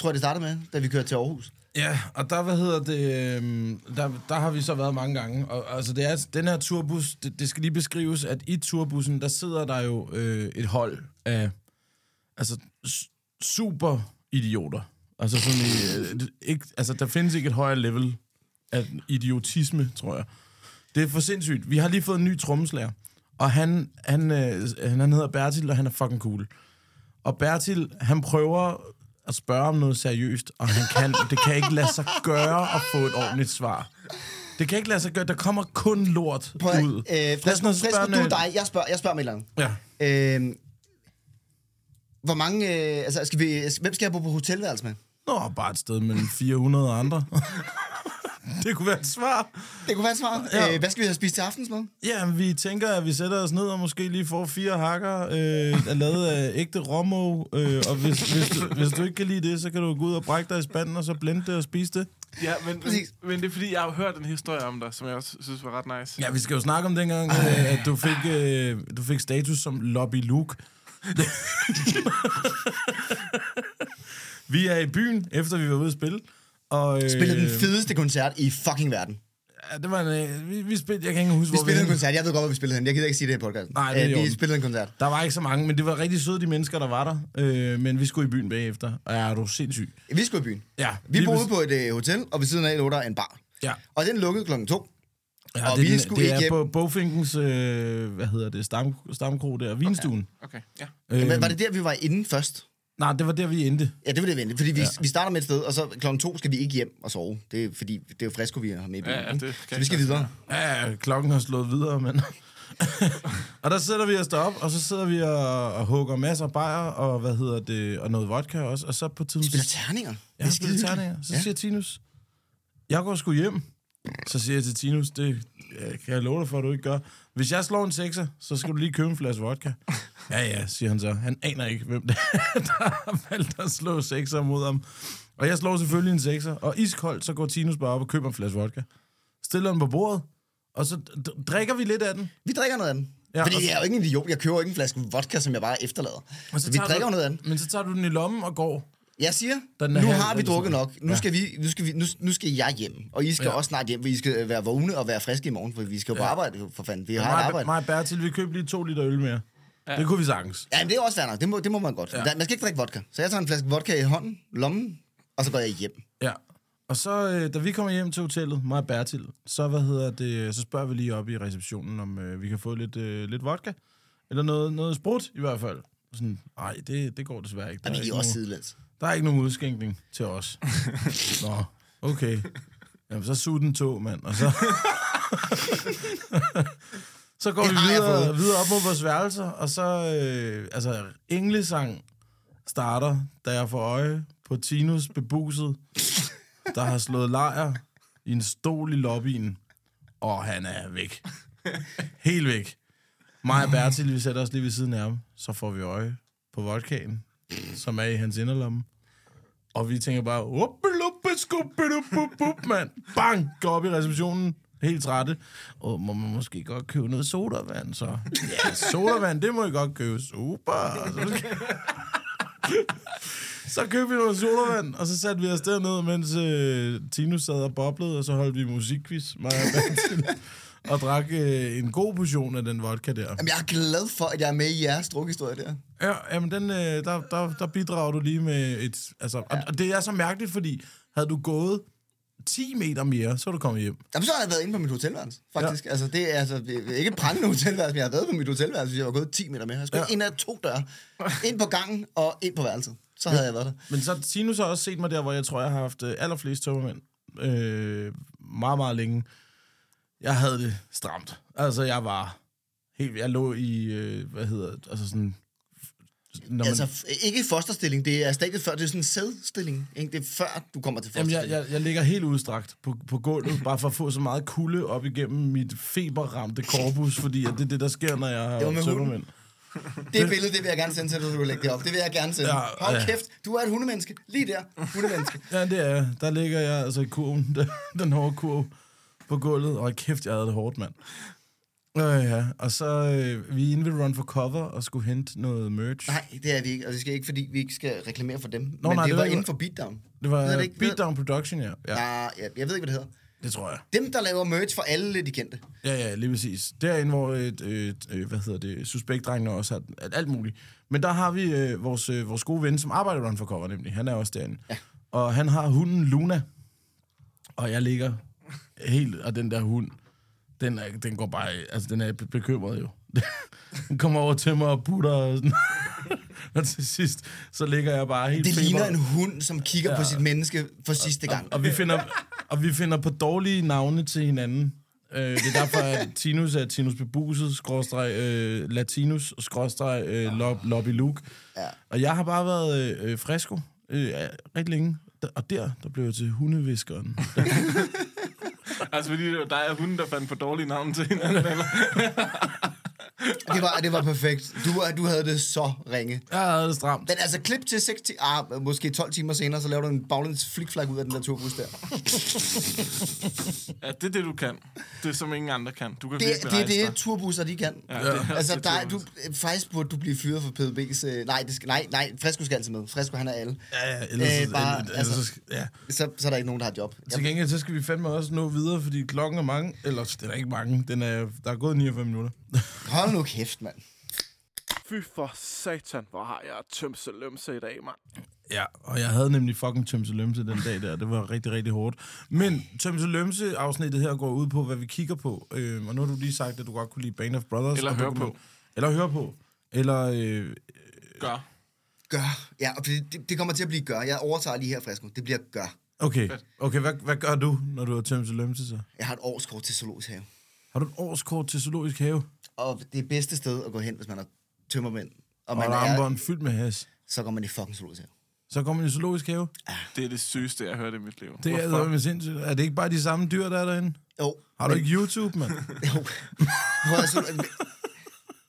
Speaker 6: tror jeg, det startede med, da vi kørte til Aarhus.
Speaker 3: Ja, og der, hvad hedder det, øhm, der, der har vi så været mange gange. Og, altså, det er, den her turbus, det, det skal lige beskrives, at i turbussen, der sidder der jo øh, et hold af altså, s- super idioter. Altså, sådan, i, øh, ikke, altså, der findes ikke et højere level af idiotisme, tror jeg. Det er for sindssygt. Vi har lige fået en ny trommeslager, og han, han, øh, han, han hedder Bertil, og han er fucking cool. Og Bertil, han prøver at spørge om noget seriøst, og han kan, det kan ikke lade sig gøre at få et ordentligt svar. Det kan ikke lade sig gøre. Der kommer kun lort
Speaker 6: Prøv at,
Speaker 3: ud.
Speaker 6: øh,
Speaker 3: Lad os
Speaker 6: Frisk,
Speaker 3: nu
Speaker 6: Frisk,
Speaker 3: spørge
Speaker 6: du er
Speaker 3: en-
Speaker 6: dig. Jeg spørger, jeg spørger med et eller andet.
Speaker 3: Ja.
Speaker 6: Øh, hvor mange... Øh, altså, skal vi, hvem skal jeg bo på hotelværelse med?
Speaker 3: Nå, bare et sted mellem 400 og andre. det kunne være et svar.
Speaker 6: Det kunne være et svar.
Speaker 3: Ja.
Speaker 6: Ja. Øh, hvad skal vi have spist til aftensmad?
Speaker 3: Ja, vi tænker, at vi sætter os ned og måske lige får fire hakker, øh, der er lavet af ægte romo, øh, og hvis, hvis, du, hvis du ikke kan lide det, så kan du gå ud og brække dig i spanden, og så blende det og spise det.
Speaker 4: Ja, men, men,
Speaker 6: Præcis.
Speaker 4: men det er fordi, jeg har hørt en historie om dig, som jeg også synes var ret nice.
Speaker 3: Ja, vi skal jo snakke om dengang, øh, at du fik, øh, du fik status som Lobby Luke. vi er i byen, efter vi var ude at spille. Og, øh,
Speaker 6: Spillede den fedeste koncert i fucking verden.
Speaker 3: Ja, det var en, øh, vi, vi spillede, jeg kan ikke huske,
Speaker 6: Vi
Speaker 3: hvor
Speaker 6: spillede en
Speaker 3: henne-
Speaker 6: koncert. Jeg ved godt, hvor vi spillede den. Jeg gider ikke sige det i podcasten. Øh,
Speaker 3: Nej, det er i
Speaker 6: vi
Speaker 3: orden.
Speaker 6: spillede en koncert.
Speaker 3: Der var ikke så mange, men det var rigtig søde, de mennesker, der var der. Øh, men vi skulle i byen bagefter. Og ja, er du sindssyg?
Speaker 6: Vi skulle i byen.
Speaker 3: Ja,
Speaker 6: Vi
Speaker 3: lige
Speaker 6: boede
Speaker 3: præcis.
Speaker 6: på et øh, hotel, og ved siden af lå der en bar.
Speaker 3: Ja.
Speaker 6: Og den lukkede klokken to.
Speaker 3: Ja,
Speaker 6: Og
Speaker 3: det,
Speaker 6: vi
Speaker 3: vi
Speaker 6: skulle
Speaker 3: skulle det er
Speaker 6: ikke-
Speaker 3: på Bofinkens, øh, hvad hedder det, stam, stamkro der, vinstuen.
Speaker 4: Okay, ja.
Speaker 3: Okay.
Speaker 6: Øhm. Var det der, vi var inde først?
Speaker 3: Nej, det var der, vi endte.
Speaker 6: Ja, det vil det vente, fordi vi, ja. vi starter med et sted, og så klokken to skal vi ikke hjem og sove. Det er, fordi det er jo frisko, vi har med i bilen.
Speaker 4: Ja, ja,
Speaker 6: ikke?
Speaker 4: det kan
Speaker 6: så vi skal
Speaker 4: ikke
Speaker 6: videre.
Speaker 3: Ja, klokken har slået videre, men... og der sætter vi os derop, og så sidder vi og, og hugger masser af bajer, og hvad hedder det, og noget vodka også, og så på tidspunkt...
Speaker 6: Spiller terninger.
Speaker 3: Ja, det er
Speaker 6: skidehyggeligt.
Speaker 3: terninger. Så
Speaker 6: Ja.
Speaker 3: ja. siger Tinus, jeg går sgu hjem. Så siger jeg til Tinus, det øh, kan jeg love dig for, at du ikke gør. Hvis jeg slår en sekser, så skal du lige købe en flaske vodka. Ja, ja, siger han så. Han aner ikke, hvem det er, der har valgt at slå sekser mod ham. Og jeg slår selvfølgelig en sekser, og iskoldt, så går Tinus bare op og køber en flaske vodka. Stiller den på bordet, og så d- drikker vi lidt af den.
Speaker 6: Vi drikker noget af den.
Speaker 3: Ja,
Speaker 6: Ja, fordi
Speaker 3: og-
Speaker 6: jeg er jo ikke en idiot. Jeg køber ikke en flaske vodka, som jeg bare efterlader. Så, så vi
Speaker 3: tager
Speaker 6: drikker
Speaker 3: du,
Speaker 6: noget af den.
Speaker 3: Men så tager du den i lommen og går.
Speaker 6: Jeg siger,
Speaker 3: Den
Speaker 6: den
Speaker 3: er
Speaker 6: nu
Speaker 3: halv
Speaker 6: har vi
Speaker 3: eller
Speaker 6: drukket
Speaker 3: sådan
Speaker 6: nok. Nu skal, vi, nu, skal vi, nu, nu skal jeg hjem. Og I skal
Speaker 3: Ja.
Speaker 6: ja. også snart hjem, for I skal være vågne og være friske i morgen, for vi skal jo på arbejde, jo, for fanden. Vi har et
Speaker 3: Mig,
Speaker 6: arbejde.
Speaker 3: mig og Bertil, vi købte lige to liter øl mere. Ja. Det kunne vi sagtens.
Speaker 6: Ja, men det er også fair nok. Det må, det må man godt. Ja. Man skal ikke drikke vodka. Så jeg tager en flaske vodka i hånden, lommen, og så går jeg hjem.
Speaker 3: Ja. Og så, øh, da vi kommer hjem til hotellet, mig og Bertil, så, hvad hedder det, øh, så spørger vi lige op i receptionen, om øh, vi kan få lidt, øh, lidt vodka. Eller noget, noget sprut, i hvert fald. Og Sådan, nej, det, det går desværre ikke. Der
Speaker 6: Og vi
Speaker 3: ikke
Speaker 6: er også
Speaker 3: nogen-
Speaker 6: sidelæns.
Speaker 3: Der er ikke nogen udskænkning til os. Nå, okay. Jamen, så sug den tog, mand. Og så... så går vi
Speaker 6: har jeg
Speaker 3: videre,
Speaker 6: fået.
Speaker 3: videre op mod vores værelser, og så... Øh, altså, englesang starter, da jeg får øje på Tinus bebuset, der har slået lejr i en stol i lobbyen, og han er væk. Helt væk. Mig og Bertil, vi sætter os lige ved siden af ham, så får vi øje på vodkaen, som er i hans inderlomme. Og vi tænker bare, "Uppeluppe, skubbeluppe, mand. Bang! Går op i receptionen, helt trætte. Og må man måske godt købe noget sodavand, så? Ja, sodavand, det må I godt købe. Super! Så, skal- så købte vi noget sodavand, og så satte vi os derned, mens øh, Tino sad og boblede, og så holdt vi musikquiz, mig og Bertil, og drak øh, en god portion af den vodka der.
Speaker 6: Jamen, jeg er glad for, at jeg er med i jeres drukhistorie der.
Speaker 3: Ja, jamen den, øh, der, der, der bidrager du lige med et... Altså, ja. og, og det er så mærkeligt, fordi havde du gået 10 meter mere, så var du kommet hjem.
Speaker 6: Jamen, så har jeg været inde på mit hotelværelse, faktisk. Ja. Altså, det er altså det er ikke et prangende hotelværelse, men jeg har været på mit hotelværelse, hvis jeg var gået 10 meter med. Jeg skulle
Speaker 3: Ja.
Speaker 6: ja. ind ad to døre. Ind på gangen og ind på værelset. Så havde jeg været der.
Speaker 3: Men så Sinus har også set mig der, hvor jeg tror, jeg har haft øh, allerflest tømmermænd. Øh, meget, meget længe. Jeg havde det stramt. Altså, jeg var helt... Jeg lå i, øh, hvad hedder det, altså sådan... Når
Speaker 6: Altså, f- ikke fosterstilling, det er stadiet før, det er sådan en sædstilling. Ikke? Det er før, du kommer til
Speaker 3: Jamen, jeg,
Speaker 6: fosterstilling. Jamen,
Speaker 3: jeg, jeg ligger helt udstrakt på, på gulvet, bare for at få så meget kulde op igennem mit feberramte korpus, fordi at det er det, der sker, når jeg har
Speaker 6: var med hunden.
Speaker 3: tømmermænd.
Speaker 6: jeg... Det billede, det vil jeg gerne sende til dig, du kan lægge det op. Det vil jeg gerne sende.
Speaker 3: Ja,
Speaker 6: Ja, Hold
Speaker 3: ja.
Speaker 6: kæft, du er et hundemenneske. Lige der, hundemenneske.
Speaker 3: Ja, det er jeg. Der ligger jeg altså i kurven, den, den hårde kurv på gulvet. Og kæft, jeg havde det hårdt, mand. Øh, ja. Og så øh, vi er inde ved Run for Cover og skulle hente noget merch.
Speaker 6: Nej, det er vi ikke, og det skal ikke, fordi vi ikke skal reklamere for dem. Nå,
Speaker 3: Nå, nej,
Speaker 6: men nej, det,
Speaker 3: det
Speaker 6: var
Speaker 3: ved jeg
Speaker 6: inden
Speaker 3: godt.
Speaker 6: for Beatdown.
Speaker 3: Det var
Speaker 6: Hedder
Speaker 3: det
Speaker 6: det
Speaker 3: ikke,
Speaker 6: ikke?
Speaker 3: Beatdown Production, ja. ja.
Speaker 6: Ja, ja, jeg ved ikke, hvad det hedder.
Speaker 3: Det tror jeg.
Speaker 6: Dem, der laver merch for alle de kendte.
Speaker 3: Ja, ja, lige præcis. Derinde, hvor et, et, øh, hvad hedder det, suspektdrengene også har at alt muligt. Men der har vi øh, vores, øh, vores gode ven, som arbejder Run for Cover, nemlig. Han er også derinde. Ja. Og han har hunden Luna. Og jeg ligger helt, og den der hund, den, er, den går bare, altså den er be- bekymret jo. den kommer over til mig og putter og sådan. og til sidst, så ligger jeg bare helt
Speaker 6: Det
Speaker 3: feber-
Speaker 6: ligner en hund, som kigger ja. på sit menneske for sidste gang.
Speaker 3: og vi finder, og vi finder på dårlige navne til hinanden. Øh, det er derfor, at Tinus er Tinus Bebuset, skråstreg øh, Latinus, skråstreg øh, lob, Lobby Luke. Ja. Og jeg har bare været øh, frisko øh, rigtig længe. Der- Og der, der blev jeg til hundeviskeren.
Speaker 4: Altså, fordi det var dig og hunden, der fandt på dårlige navne til hinanden. Eller?
Speaker 6: Det var, det var perfekt. Du, var- du havde det så ringe.
Speaker 3: Jeg havde det stramt.
Speaker 6: Men altså, klip til 6 ti- ah, måske 12 timer senere, så laver du en baglæns flikflak ud af den der turbus der.
Speaker 4: Ja, det er det, du kan. Det er som ingen andre kan. Du kan
Speaker 6: Det,
Speaker 4: virkelig
Speaker 6: det er
Speaker 4: rejse
Speaker 6: det,
Speaker 4: dig.
Speaker 6: turbusser de kan. Ja,
Speaker 4: det er-
Speaker 6: altså,
Speaker 4: det
Speaker 6: der,
Speaker 4: er
Speaker 6: er- du, faktisk burde du blive fyret for PDB's... Øh, nej, det skal, nej, nej, Fresco skal altid med. Fresco, han er alle.
Speaker 3: Ja, ja, ellers,
Speaker 6: Øh, bare,
Speaker 3: ellers,
Speaker 6: altså-
Speaker 3: ellers, ja.
Speaker 6: Så, så er der ikke nogen, der har job.
Speaker 3: Til gengæld, så skal vi fandme også nå videre, fordi klokken er mange. Eller, den er ikke mange. Den er, der er gået 49 minutter.
Speaker 6: Hold nu kæft, mand.
Speaker 4: Fy for satan, hvor har jeg tømse lømse i dag, mand.
Speaker 3: Ja, og jeg havde nemlig fucking Tømse Lømse den dag der. Det var rigtig, rigtig hårdt. Men Tømse Lømse-afsnittet her går ud på, hvad vi kigger på. Øh, og nu har du lige sagt, at du godt kunne lide Band of Brothers.
Speaker 4: Eller
Speaker 3: og
Speaker 4: høre på.
Speaker 3: Pokémon. Eller høre på. Eller øh,
Speaker 4: Gør.
Speaker 6: Gør. Ja, og det, det- det kommer til at blive gør. Jeg overtager lige her frisk nu. Det bliver gør.
Speaker 3: Okay, okay hvad, hvad gør du, når du har tømt til lømse så?
Speaker 6: Jeg har et årskort til zoologisk have.
Speaker 3: Har du et årskort til zoologisk have?
Speaker 6: Og det er bedste sted at gå hen, hvis man er tømmermænd. Og
Speaker 3: Og
Speaker 6: man
Speaker 3: et
Speaker 6: er,
Speaker 3: armbånd fyldt med has.
Speaker 6: så går man i fucking zoologisk have.
Speaker 3: Så kommer man i zoologisk have.
Speaker 4: Det er det sygeste, jeg har hørt i mit liv.
Speaker 3: Det er,
Speaker 4: Hvorfor?
Speaker 3: er, sindssygt. er det ikke bare de samme dyr, der er derinde?
Speaker 6: Jo.
Speaker 3: Har du
Speaker 6: men-
Speaker 3: ikke YouTube, mand?
Speaker 6: Jo. Prøv at zoolo-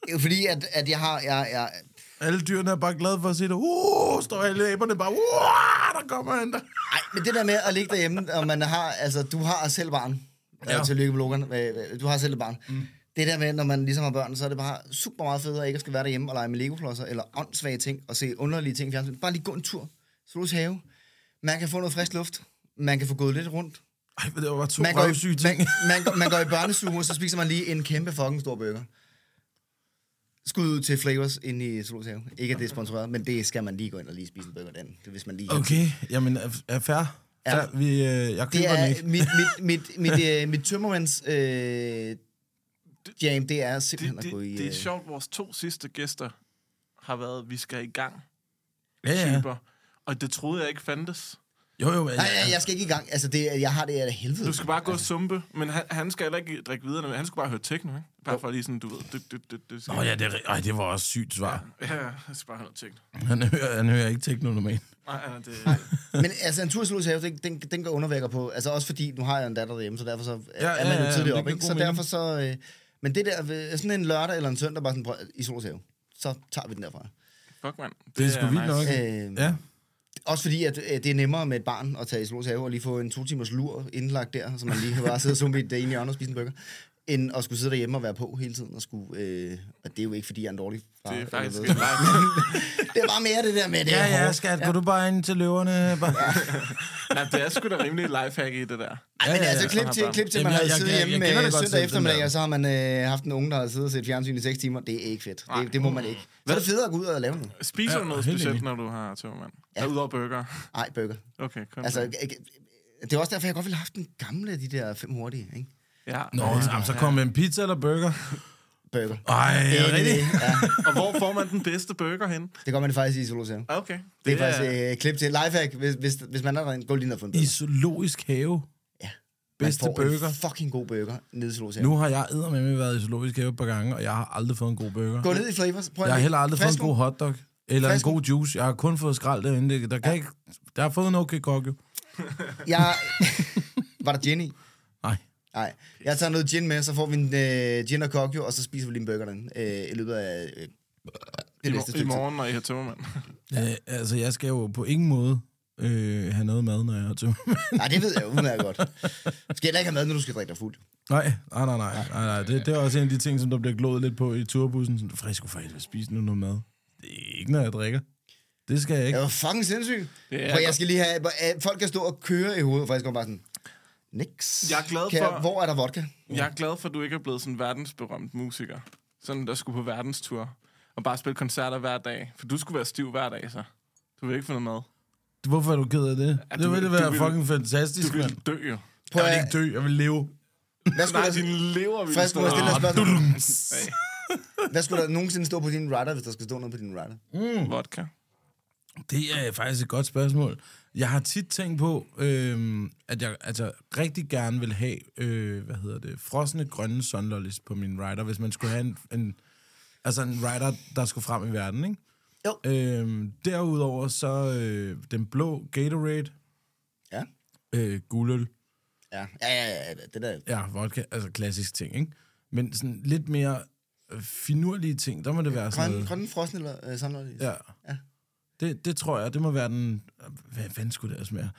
Speaker 6: Det er jo fordi, at, at jeg har... Jeg, jeg,
Speaker 3: Alle dyrene er bare glade for at se det. Uh, står alle æberne bare, uh, der kommer han der.
Speaker 6: Ej, men det der med at ligge derhjemme, og man har, altså, du har selv barn. Ja.
Speaker 3: Ja.
Speaker 6: Tillykke med Logan. Øh, øh, Du har selv et barn. Mm. Det der med, når man ligesom har børn, så er det bare super meget federe ikke at skulle være derhjemme og lege med legoklodser eller åndssvage ting og se underlige ting i fjernsynet. Bare lige gå en tur. Zoologisk have. Man kan få noget frisk luft. Man kan få gået lidt rundt.
Speaker 3: Ej, men det var bare to
Speaker 6: Man går, i,
Speaker 3: røvsyge ting.
Speaker 6: man, man, går, man går i børnesumo, så spiser man lige en kæmpe fucking stor burger. Skud ud til Flavors inde i Zoologisk Have. Ikke at det er sponsoreret, men det skal man lige gå ind og lige spise en burger den. Det er, hvis man lige
Speaker 3: Okay, jamen, er, er fair.
Speaker 6: Ja.
Speaker 3: fair. Vi, øh, jeg
Speaker 6: Det
Speaker 3: køber den
Speaker 6: er
Speaker 3: ikke.
Speaker 6: mit, mit, mit, mit, øh, mit tømmermands øh, jam, det er simpelthen
Speaker 4: det,
Speaker 6: at gå i... øh.
Speaker 4: det, det er sjovt, vores to sidste gæster har været, vi skal i gang,
Speaker 3: Ja, ja.
Speaker 4: typer. Og det troede jeg ikke fandtes.
Speaker 3: Jo, jo, men,
Speaker 6: Nej, nej, jeg skal ikke i gang. Altså, det, er- jeg har det af helvede.
Speaker 4: Du skal bare gå og sumpe, men han, han skal heller ikke drikke videre, han skal bare høre techno, ikke? Bare for lige sådan, du ved... Du, du, du, du, skal-
Speaker 3: Nå ja, det, er ri- ej, det var også sygt svar.
Speaker 4: Ja, jeg skal bare høre techno.
Speaker 3: Han hører, han hører ikke techno normalt.
Speaker 4: Nej, nej, det...
Speaker 6: Men altså, en tur i Zoologisk Have, den, den, den går undervækker på. Altså, også fordi, nu har jeg en datter derhjemme, så derfor så ja,
Speaker 3: ja,
Speaker 6: er man jo
Speaker 3: ja,
Speaker 6: tidligere
Speaker 3: det
Speaker 6: op,
Speaker 3: giver
Speaker 6: ikke?
Speaker 3: god
Speaker 6: Så
Speaker 3: mening.
Speaker 6: derfor så... Øh, men det der, ved- sådan en lørdag eller en søndag, bare sådan, prøv, i Zoologisk Have, så tager vi den derfra.
Speaker 4: Fuck, mand. Det,
Speaker 3: er sgu vildt nok.
Speaker 6: Øh,
Speaker 3: Ja.
Speaker 6: Også fordi, at øh, det er nemmere med et barn at tage i Zoologisk Have og lige få en to timers lur indlagt der, så man lige kan bare sidde og zumbi det ene hjørne og spise en burger, end at skulle sidde derhjemme og være på hele tiden. Og, skulle, øh, og det er jo ikke, fordi jeg er en dårlig far.
Speaker 4: Det er
Speaker 6: eller
Speaker 4: faktisk
Speaker 6: noget.
Speaker 4: et ret-
Speaker 6: det er bare mere det der med, det
Speaker 3: Ja,
Speaker 6: er
Speaker 3: ja,
Speaker 6: hårdt.
Speaker 3: skat, går du bare ind til løverne? Bare.
Speaker 4: Nej, det er sgu da rimelig lifehack i det der.
Speaker 6: Ej, men
Speaker 3: Ja, ja,
Speaker 6: altså,
Speaker 3: ja.
Speaker 6: klip til, klip til,
Speaker 3: Jamen,
Speaker 6: man har
Speaker 3: jeg- jeg-
Speaker 6: siddet
Speaker 3: jeg- jeg
Speaker 6: hjemme
Speaker 3: kender
Speaker 6: øh,
Speaker 3: det godt selv,
Speaker 6: søndag
Speaker 3: den
Speaker 6: eftermiddag,
Speaker 3: der.
Speaker 6: og så har man øh, haft en unge, der har siddet og set fjernsyn i 6 timer. Det er ikke fedt. Det, det må man ikke. Så er det federe at gå ud og lave noget.
Speaker 4: Spiser du
Speaker 3: Ja,
Speaker 4: noget
Speaker 3: helt
Speaker 4: specielt,
Speaker 3: enig.
Speaker 4: når du har tømmermand? Ja. Udover burger.
Speaker 6: Ej, burger.
Speaker 4: Okay, kun
Speaker 6: Altså,
Speaker 4: det.
Speaker 6: øh, det er også derfor, jeg godt ville have haft den gamle af de der fem hurtige, ikke?
Speaker 4: ja.
Speaker 3: Nå, jamen, så kom en pizza eller burger.
Speaker 6: Burger.
Speaker 3: Ej, er det rigtigt?
Speaker 6: Ja,
Speaker 4: Og hvor får man den bedste burger hen?
Speaker 6: det gør man faktisk i Zoologisk Have.
Speaker 4: Okay.
Speaker 6: Det er faktisk øh, klip til lifehack, hvis, hvis, hvis man er derinde. Gå lige ned og få en
Speaker 3: I
Speaker 6: burger.
Speaker 3: zoologisk have.
Speaker 6: Ja.
Speaker 3: Bedste
Speaker 6: man får
Speaker 3: burger.
Speaker 6: en fucking god burger nede i Zoologisk Have.
Speaker 3: Nu har jeg eddermame været i zoologisk have et par gange, og jeg har aldrig fået en god burger.
Speaker 6: Gå ned i Flavors. Prøv
Speaker 3: Jeg har
Speaker 6: lige.
Speaker 3: heller aldrig fået en
Speaker 6: Frisco.
Speaker 3: god hotdog. Eller en
Speaker 6: Frisco.
Speaker 3: god juice. Jeg har kun fået skrald derinde. Det- Der kan ikke... Der har fået en okay kok, jo.
Speaker 6: Jeg... Var der Jenny?
Speaker 3: Nej.
Speaker 6: Nej. Jeg tager noget gin med, så får vi en øh, gin og kokjo, og så spiser vi lige en burger derinde øh, i løbet af øh, det næste
Speaker 4: I, I
Speaker 6: stykke tid.
Speaker 4: morgen, når I har tømmermand.
Speaker 3: Øh, altså, jeg skal jo på ingen måde øh, have noget mad, når jeg har tømmermænd.
Speaker 6: Nej, det ved jeg jo udmærket godt. Du skal heller ikke have mad, når du skal drikke dig fuld.
Speaker 3: Nej, nej, nej, nej, nej, nej. Det, det er også en af de ting, som der bliver glået lidt på i turbussen. Sådan, frisk for helvede, spise nu noget mad. Det er ikke, når jeg drikker. Det skal jeg ikke.
Speaker 6: Jeg var fucking sindssyg.
Speaker 4: er
Speaker 6: For jeg
Speaker 4: godt.
Speaker 6: skal lige have... hvor, øh, Folk kan stå og køre i hovedet, for jeg skal bare sådan... Niks.
Speaker 4: Jeg er glad
Speaker 6: Kan
Speaker 4: for-
Speaker 6: hvor er der vodka?
Speaker 4: Jeg er glad for, at du ikke er blevet sådan en verdensberømt musiker. Sådan, der skulle på verdenstur. Og bare spille koncerter hver dag. For du skulle være stiv hver dag, så. Du vil ikke få noget mad.
Speaker 3: Hvorfor er du ked af det?
Speaker 4: Ja,
Speaker 3: det
Speaker 4: du-
Speaker 3: ville
Speaker 4: du
Speaker 3: være
Speaker 4: vil-
Speaker 3: fucking
Speaker 4: Du
Speaker 3: fantastisk, mand.
Speaker 4: vil dø, jo.
Speaker 6: Prøv
Speaker 3: Jeg vil
Speaker 6: at...
Speaker 3: ikke dø, jeg vil leve.
Speaker 6: Hvad skulle
Speaker 4: Nej,
Speaker 6: der...
Speaker 4: din lever vil
Speaker 6: Frisk,
Speaker 4: stå
Speaker 6: må jeg stille dig et spørgsmål?
Speaker 4: Hey,
Speaker 6: Hvad skulle der nogensinde stå på din rider, hvis der skal stå noget på din rider?
Speaker 4: vodka.
Speaker 3: Det er faktisk et godt spørgsmål. Jeg har tit tænkt på, øh, at jeg altså, rigtig gerne vil have, øh, hvad hedder det, frosne grønne sunlollies på min rider, hvis man skulle have en, en, altså en rider, der skulle frem i verden, ikke?
Speaker 6: Jo.
Speaker 3: Øh, derudover så øh, den blå Gatorade,
Speaker 6: Ja.
Speaker 3: øh, guldøl,
Speaker 6: Ja, ja, ja, ja, ja, det der.
Speaker 3: ja, vodka, altså klassisk ting, ikke? Men sådan lidt mere øh, finurlige ting, der må det være sådan
Speaker 6: Grøn,
Speaker 3: noget.
Speaker 6: grønne frossen eller øh, sådan
Speaker 3: Ja.
Speaker 6: Ja.
Speaker 3: Det, det tror jeg, det må være den... øh, Hvad fanden skulle det ellers være?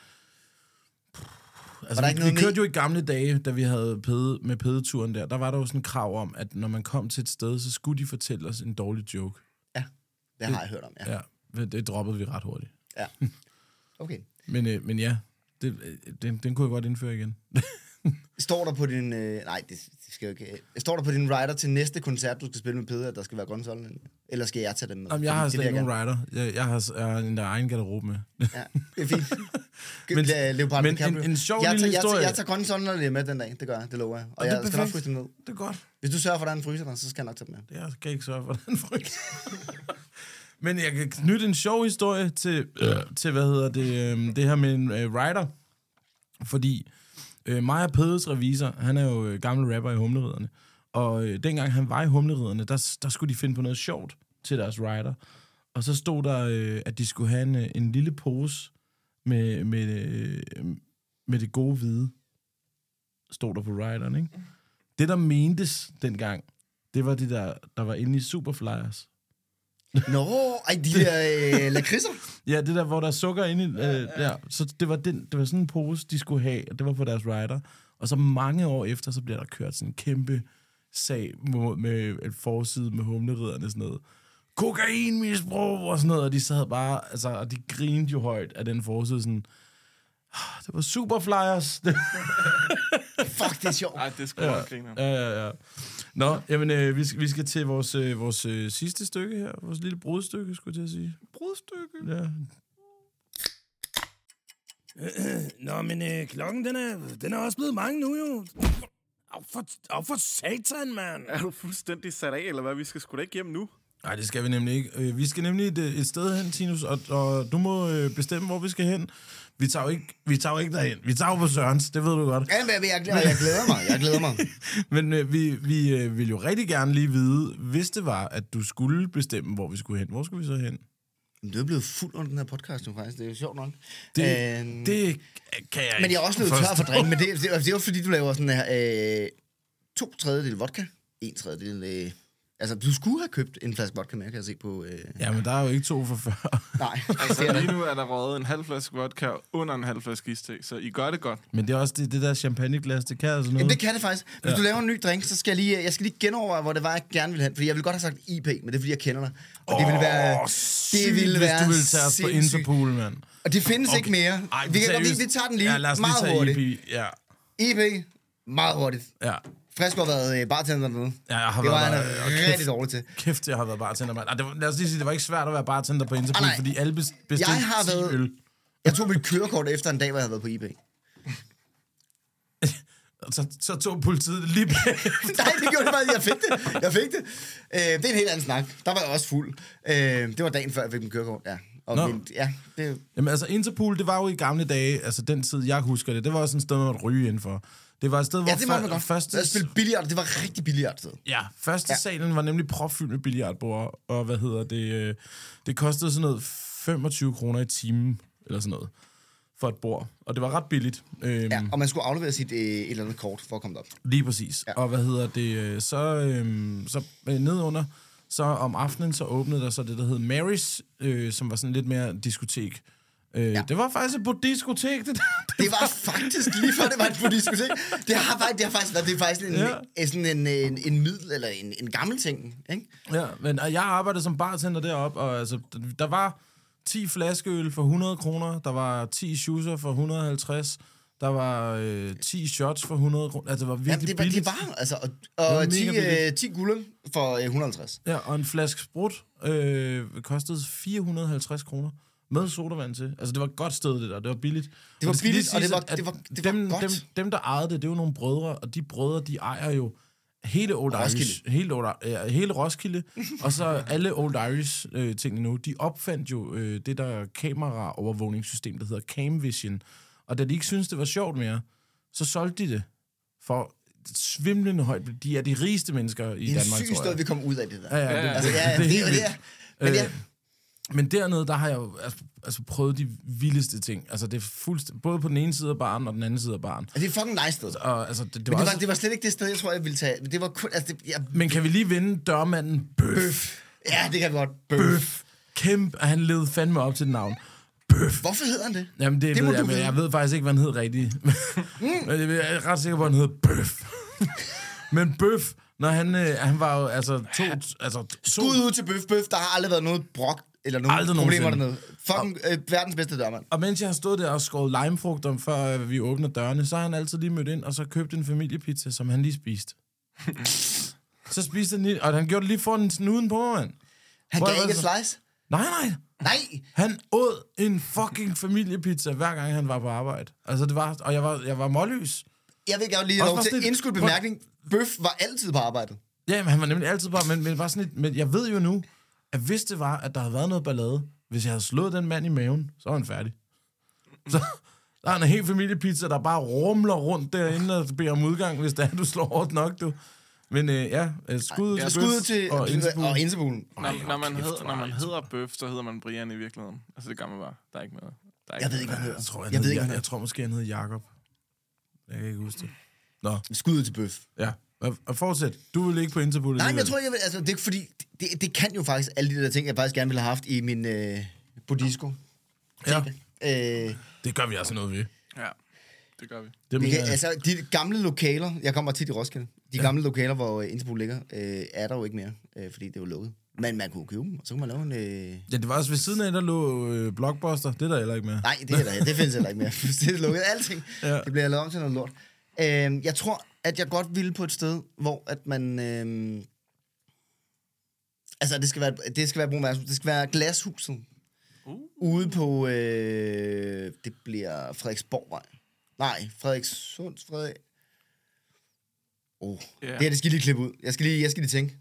Speaker 3: Altså,
Speaker 6: der
Speaker 3: vi,
Speaker 6: ikke
Speaker 3: vi
Speaker 6: noget med-
Speaker 3: kørte jo i gamle dage, da vi havde pede, med pedeturen der, der var der jo sådan en krav om, at når man kom til et sted, så skulle de fortælle os en dårlig joke.
Speaker 6: ja. Det har jeg hørt om, ja.
Speaker 3: Ja, det- det droppede vi ret hurtigt.
Speaker 6: ja. Okay.
Speaker 3: Men, øh, men ja, det, øh, den, den kunne jeg godt indføre igen.
Speaker 6: Står der på din... Øh, nej, det, det skal jo ikke... øh, Står der på din rider til næste koncert, du skal spille med Peder, at der skal være grønne sådan? Eller skal jeg tage dem med?
Speaker 3: Jamen, jeg har
Speaker 6: Fordi
Speaker 3: slet
Speaker 6: det
Speaker 3: ikke
Speaker 6: vil
Speaker 3: nogen rider. Jeg, jeg, har, s- jeg har en der egen garderobe med.
Speaker 6: jeg gerne. Ja, det er fint.
Speaker 3: Men-
Speaker 6: men, Leopard
Speaker 3: men
Speaker 6: DiCaprio.
Speaker 3: en- en sjov
Speaker 6: jeg
Speaker 3: lille
Speaker 6: tager, jeg, tager,
Speaker 3: historie.
Speaker 6: jeg tager grønne sådan med den dag, det gør jeg, det lover jeg. Og,
Speaker 3: det er
Speaker 6: jeg skal nok
Speaker 3: perfekt.
Speaker 6: fryse dem ned.
Speaker 3: Det er godt.
Speaker 6: Hvis du sørger for, at der er en fryser der, så skal jeg nok tage dem med.
Speaker 3: Det er, jeg skal ikke sørge for, den fryser. Men jeg kan knytte en sjov historie til, øh, til hvad hedder det, øh, det her med en øh, writer. Fordi øh, Maja Pedes revisor, han er jo øh, gammel rapper i Humleriderne. Og øh, dengang han var i Humleriderne, der, der skulle de finde på noget sjovt til deres writer. Og så stod der, øh, at de skulle have en, øh, en lille pose med, med, øh, med det gode hvide. Stod der på writeren, ikke? Det, der mentes dengang, det var det der, der var inde i Superflyers.
Speaker 6: Nå, ej, de der øh, lakridser.
Speaker 3: Ja, det der, hvor der er sukker inde i... Øh, der. Så det var, den, det var sådan en pose, de skulle have, og det var på deres rider. Og så mange år efter, så bliver der kørt sådan en kæmpe sag mod, med et forside med humleridderne og sådan noget. Kokainmisbrug og sådan noget, og de sad bare, altså, og de grinede jo højt af den forside, sådan, "Ah, det var superflyers. Det,
Speaker 6: Fuck, det er sjovt.
Speaker 4: Ej, det er sgu ja. griner.
Speaker 3: ja, ja, ja. Nå, jamen, øh, vi, skal, vi skal til vores, øh, vores øh, sidste stykke her, vores lille brudstykke, skulle jeg til at sige.
Speaker 4: Brudstykke.
Speaker 3: Ja,
Speaker 7: Nå, men øh, klokken, den er, den er også blevet mange nu, jo. Au for, au for satan, mand.
Speaker 4: Er du fuldstændig sat af, eller hvad? Vi skal sgu da ikke hjem nu.
Speaker 3: Nej, det skal vi nemlig ikke. Øh, Vi skal nemlig et, et sted hen, Tinus, og, og du må øh, bestemme, hvor vi skal hen. Vi tager jo ikke, vi tager jo ikke derhen. Vi tager jo på Sørens, det ved du godt.
Speaker 6: Ja, men jeg, jeg, glæder, jeg glæder mig, jeg glæder mig.
Speaker 3: Men øh, vi, vi øh, vil jo rigtig gerne lige vide, hvis det var, at du skulle bestemme, hvor vi skulle hen. Hvor skulle vi så hen?
Speaker 6: Men Du er blevet fuld under den her podcast nu, faktisk. Det er jo sjovt nok.
Speaker 3: Det,
Speaker 6: Øhm,
Speaker 3: det kan jeg
Speaker 6: Men jeg
Speaker 3: ikke
Speaker 6: er også blevet tør
Speaker 3: forstå.
Speaker 6: for drink, men det, det, det er jo fordi, du laver sådan her... Øh, to tredjedel vodka, en tredjedel... Øh, altså, du skulle have købt en flaske vodka mere, kan jeg se på... Øh,
Speaker 3: Jamen, der er jo ikke to for før.
Speaker 6: Nej,
Speaker 4: Altså, lige nu er der røget en halv flaske vodka under en halv flaske iste, så I gør det godt.
Speaker 3: Men det er også det, det der champagneglas, det kan altså noget.
Speaker 6: Jamen, det kan det faktisk. Hvis ja. du laver en ny drink, så skal jeg lige, øh, jeg skal lige genoverveje, hvor det var, jeg gerne ville hen. Fordi jeg ville godt have sagt IP, men det er, fordi jeg kender dig. Og det ville være...
Speaker 3: Sygt, hvis du ville tage os på
Speaker 6: sindssygt.
Speaker 3: Interpol, mand.
Speaker 6: Og det findes okay. ikke mere. Ej, vi, kan, vi,
Speaker 3: seriøst.
Speaker 6: vi tager den lige
Speaker 3: ja, lad os
Speaker 6: meget
Speaker 3: lige tage
Speaker 6: hurtigt.
Speaker 3: EP. Ja,
Speaker 6: IP, meget hurtigt.
Speaker 3: ja.
Speaker 6: Frisk har været øh, bartender dernede.
Speaker 3: Ja, jeg har
Speaker 6: det var
Speaker 3: været
Speaker 6: han
Speaker 3: der, øh, og
Speaker 6: rigtig
Speaker 3: kæft.
Speaker 6: dårlig til.
Speaker 3: Kæft, jeg har været bartender, mand. Ej, det var, lad os lige sige, det var ikke svært at være bartender på Interpol,
Speaker 6: Ah, nej.
Speaker 3: fordi alle bes- bestilte
Speaker 6: Jeg har
Speaker 3: 10
Speaker 6: været-
Speaker 3: øl.
Speaker 6: Jeg tog mit kørekort efter en dag, hvor jeg havde været på eBay.
Speaker 3: Og så, så tog politiet det lige bagefter.
Speaker 6: Nej, det gjorde det bare, jeg fik det. Jeg fik det. Øh, det er en helt anden snak. Der var jeg også fuld. Øh, det var dagen før, jeg fik mit kørekort, ja. Og
Speaker 3: Nå.
Speaker 6: min, ja, det,
Speaker 3: Jamen altså, Interpol, det var jo i gamle dage, altså den tid, jeg husker det, det var også et sted, man måtte ryge indenfor. Det var et sted, hvor
Speaker 6: ja, det måtte man
Speaker 3: fa-
Speaker 6: godt. Første...
Speaker 3: første,
Speaker 6: Jeg spillede billiard, og det var rigtig billiard. sted.
Speaker 3: ja, første
Speaker 6: Ja.
Speaker 3: ja. salen var nemlig propfyldt med billiardbord, og hvad hedder det, øh, det kostede sådan noget 25 kroner i timen, eller sådan noget, for et bord. Og det var ret billigt. Øhm,
Speaker 6: Ja, og man skulle aflevere sit øh, et eller andet kort for at komme derop.
Speaker 3: Lige præcis. Ja. Og hvad hedder det, øh, så, øhm, så øh, nedunder, så om aftenen, så åbnede der så det, der hed Mary's, øh, som var sådan lidt mere diskotek. Øh, ja. Det var faktisk et buddhiskotek, det der.
Speaker 6: Det var faktisk lige før, det var et diskotek. Det har, faktisk, det har faktisk været det er faktisk en,
Speaker 3: Ja.
Speaker 6: ja. sådan en, en, en middel, eller en, en gammel ting. Ikke?
Speaker 3: Ja, men og jeg arbejdede som bartender deroppe, og altså, d- der var 10 flaskeøl for 100 kroner, der var 10 schusser for 150, der var øh, 10 shots for 100 kroner. Altså, det var
Speaker 6: Jamen,
Speaker 3: virkelig
Speaker 6: det, var, det
Speaker 3: billigt.
Speaker 6: var, altså, og,
Speaker 3: var
Speaker 6: og
Speaker 3: mega
Speaker 6: 10, øh,
Speaker 3: billigt.
Speaker 6: 10 gulden for øh, 150.
Speaker 3: Ja, og en flaske sprut øh, kostede 450 kroner med sodavand til. Altså, det var et godt sted, det der. Det var billigt. Og
Speaker 6: var
Speaker 3: skal lige
Speaker 6: billigt, og det
Speaker 3: siges,
Speaker 6: var-
Speaker 3: at-
Speaker 6: det var-
Speaker 3: at
Speaker 6: det var
Speaker 3: dem,
Speaker 6: godt.
Speaker 3: Dem, dem, der ejede det, det var nogle brødre, og de brødre, de ejer jo hele Old Irish.
Speaker 6: Roskilde.
Speaker 3: Hele, Old, ja, hele Roskilde. og så alle Old Irish-tingene nu. De opfandt jo øh, det der kameraovervågningssystem, der hedder Camvision. Og da de ikke syntes, det var sjovt mere, så solgte de det for svimlende højt. De er de rigeste mennesker i
Speaker 6: Det er en
Speaker 3: Danmark,
Speaker 6: syg
Speaker 3: tror jeg.
Speaker 6: sted, vi kom ud af det der.
Speaker 3: Ja, ja, det,
Speaker 6: Altså, ja,
Speaker 3: det, er
Speaker 6: det, det,
Speaker 3: helt
Speaker 6: det,
Speaker 3: vildt. Øh.
Speaker 6: er. Men ja,
Speaker 3: Men dernede, der har jeg jo altså, altså prøvet de vildeste ting. Altså, det er fuldstændig... Både på den ene side af baren og den anden side af baren.
Speaker 6: det er fucking nice sted.
Speaker 3: Og, altså, det, det var
Speaker 6: Men det
Speaker 3: også,
Speaker 6: var, det var slet ikke det sted, jeg tror, jeg ville tage. Men Det var kun, altså, det, ja,
Speaker 3: men kan vi lige vinde dørmanden Bøf? Bøf.
Speaker 6: ja, det kan jeg godt.
Speaker 3: Bøf. Kæmpe, og han levede fandme op til det navn. Bøf.
Speaker 6: Hvorfor hedder han det?
Speaker 3: Jamen, det,
Speaker 6: Det
Speaker 3: det
Speaker 6: må
Speaker 3: ved jeg,
Speaker 6: du
Speaker 3: men
Speaker 6: vide. Mm.
Speaker 3: jeg ved faktisk ikke, hvad han hed rigtigt. Men jeg er ret sikker på, at han hed Bøf. men Bøf, når han, øh, han var jo altså to... Altså, to
Speaker 6: Skud ud til Bøf Bøf, der har aldrig været noget brok eller nogen
Speaker 3: Aldrig
Speaker 6: problemer
Speaker 3: nogensinde.
Speaker 6: dernede. Fucking øh, verdens bedste dørmand.
Speaker 3: Og mens jeg har stået der og skåret limefrugt om, før øh, vi åbner dørene, så har han altid lige mødt ind, og så købt en familiepizza, som han lige spiste. så spiste han lige, og han gjorde det lige foran snuden på mig, mand.
Speaker 6: Han
Speaker 3: Hvor
Speaker 6: gav
Speaker 3: er
Speaker 6: ikke
Speaker 3: det
Speaker 6: et
Speaker 3: så?
Speaker 6: slice.
Speaker 3: Nej, nej.
Speaker 6: Nej,
Speaker 3: Han åd en fucking familiepizza, hver gang han var på arbejde. Altså, det var, og jeg var, jeg var målløs.
Speaker 6: jeg vil gerne lige
Speaker 3: Også
Speaker 6: have lov
Speaker 3: bare
Speaker 6: til
Speaker 3: sådan et-
Speaker 6: indskudt bemærkning. Bøf var altid på arbejdet.
Speaker 3: Ja, men han var nemlig altid bare, men, men var sådan et, men jeg ved jo nu, at hvis det var, at der havde været noget ballade, hvis jeg havde slået den mand i maven, så var han færdig. Så der er en hel familiepizza, der bare rumler rundt derinde og beder om udgang, hvis det er, du slår hårdt nok, du. Men øh, ja, øh, skud
Speaker 6: Jeg
Speaker 3: til,
Speaker 6: skud
Speaker 3: skud
Speaker 6: til
Speaker 3: og Innsbruck.
Speaker 6: og Insebulen.
Speaker 4: Når, når, man hedder, når man hedder bøf, så hedder man Brian i virkeligheden. Altså, det gør man bare. Der er ikke noget. Der er
Speaker 6: Jeg ved
Speaker 4: noget.
Speaker 6: ikke, hvad han hedder.
Speaker 3: Jeg tror, jeg,
Speaker 6: Jeg ved ikke,
Speaker 3: jeg,
Speaker 6: hvad
Speaker 3: jeg,
Speaker 6: han
Speaker 3: jeg tror måske, han hed Jakob. Jeg kan ikke huske det.
Speaker 6: hedder. Skud til bøf.
Speaker 3: Ja, og, og fortsæt. Du vil ikke på Interpol.
Speaker 6: Nej, men jeg
Speaker 3: alligevel.
Speaker 6: tror ikke, jeg vil, altså, det er ikke fordi, det, det kan jo faktisk alle de der ting, jeg faktisk gerne ville have haft i min øh, buddhisco.
Speaker 3: Ja,
Speaker 6: Øh,
Speaker 3: det gør vi altså noget ved.
Speaker 4: Ja, det gør vi.
Speaker 3: Det
Speaker 6: vi
Speaker 3: mener
Speaker 6: kan,
Speaker 3: jeg.
Speaker 6: altså, de gamle lokaler, jeg kommer tit i Roskilde, de gamle lokaler, hvor øh, Interpol ligger, øh, er der jo ikke mere, øh, fordi det er jo lukket. Men man kunne købe dem, og så kunne man lave en... Øh...
Speaker 3: Ja, det var også ved siden af, der lå øh, Blockbuster. Det er der heller ikke med.
Speaker 6: Nej, det, er der, det findes heller ikke mere. det er lukket. Alting. Ja.
Speaker 3: Ja.
Speaker 6: Det bliver lavet om til noget lort. Øh, jeg tror, at jeg godt ville på et sted, hvor at man... Øh... Altså, det skal være, det skal være brugmærksom. Det skal være glashuset. Uh. Ude på... Øh... Det bliver Frederiksborgvej. Nej, Frederikssunds... Frederik... Oh.
Speaker 4: Ja.
Speaker 6: Yeah. Det her, det skal jeg lige klippe ud. Jeg skal lige, jeg skal lige tænke.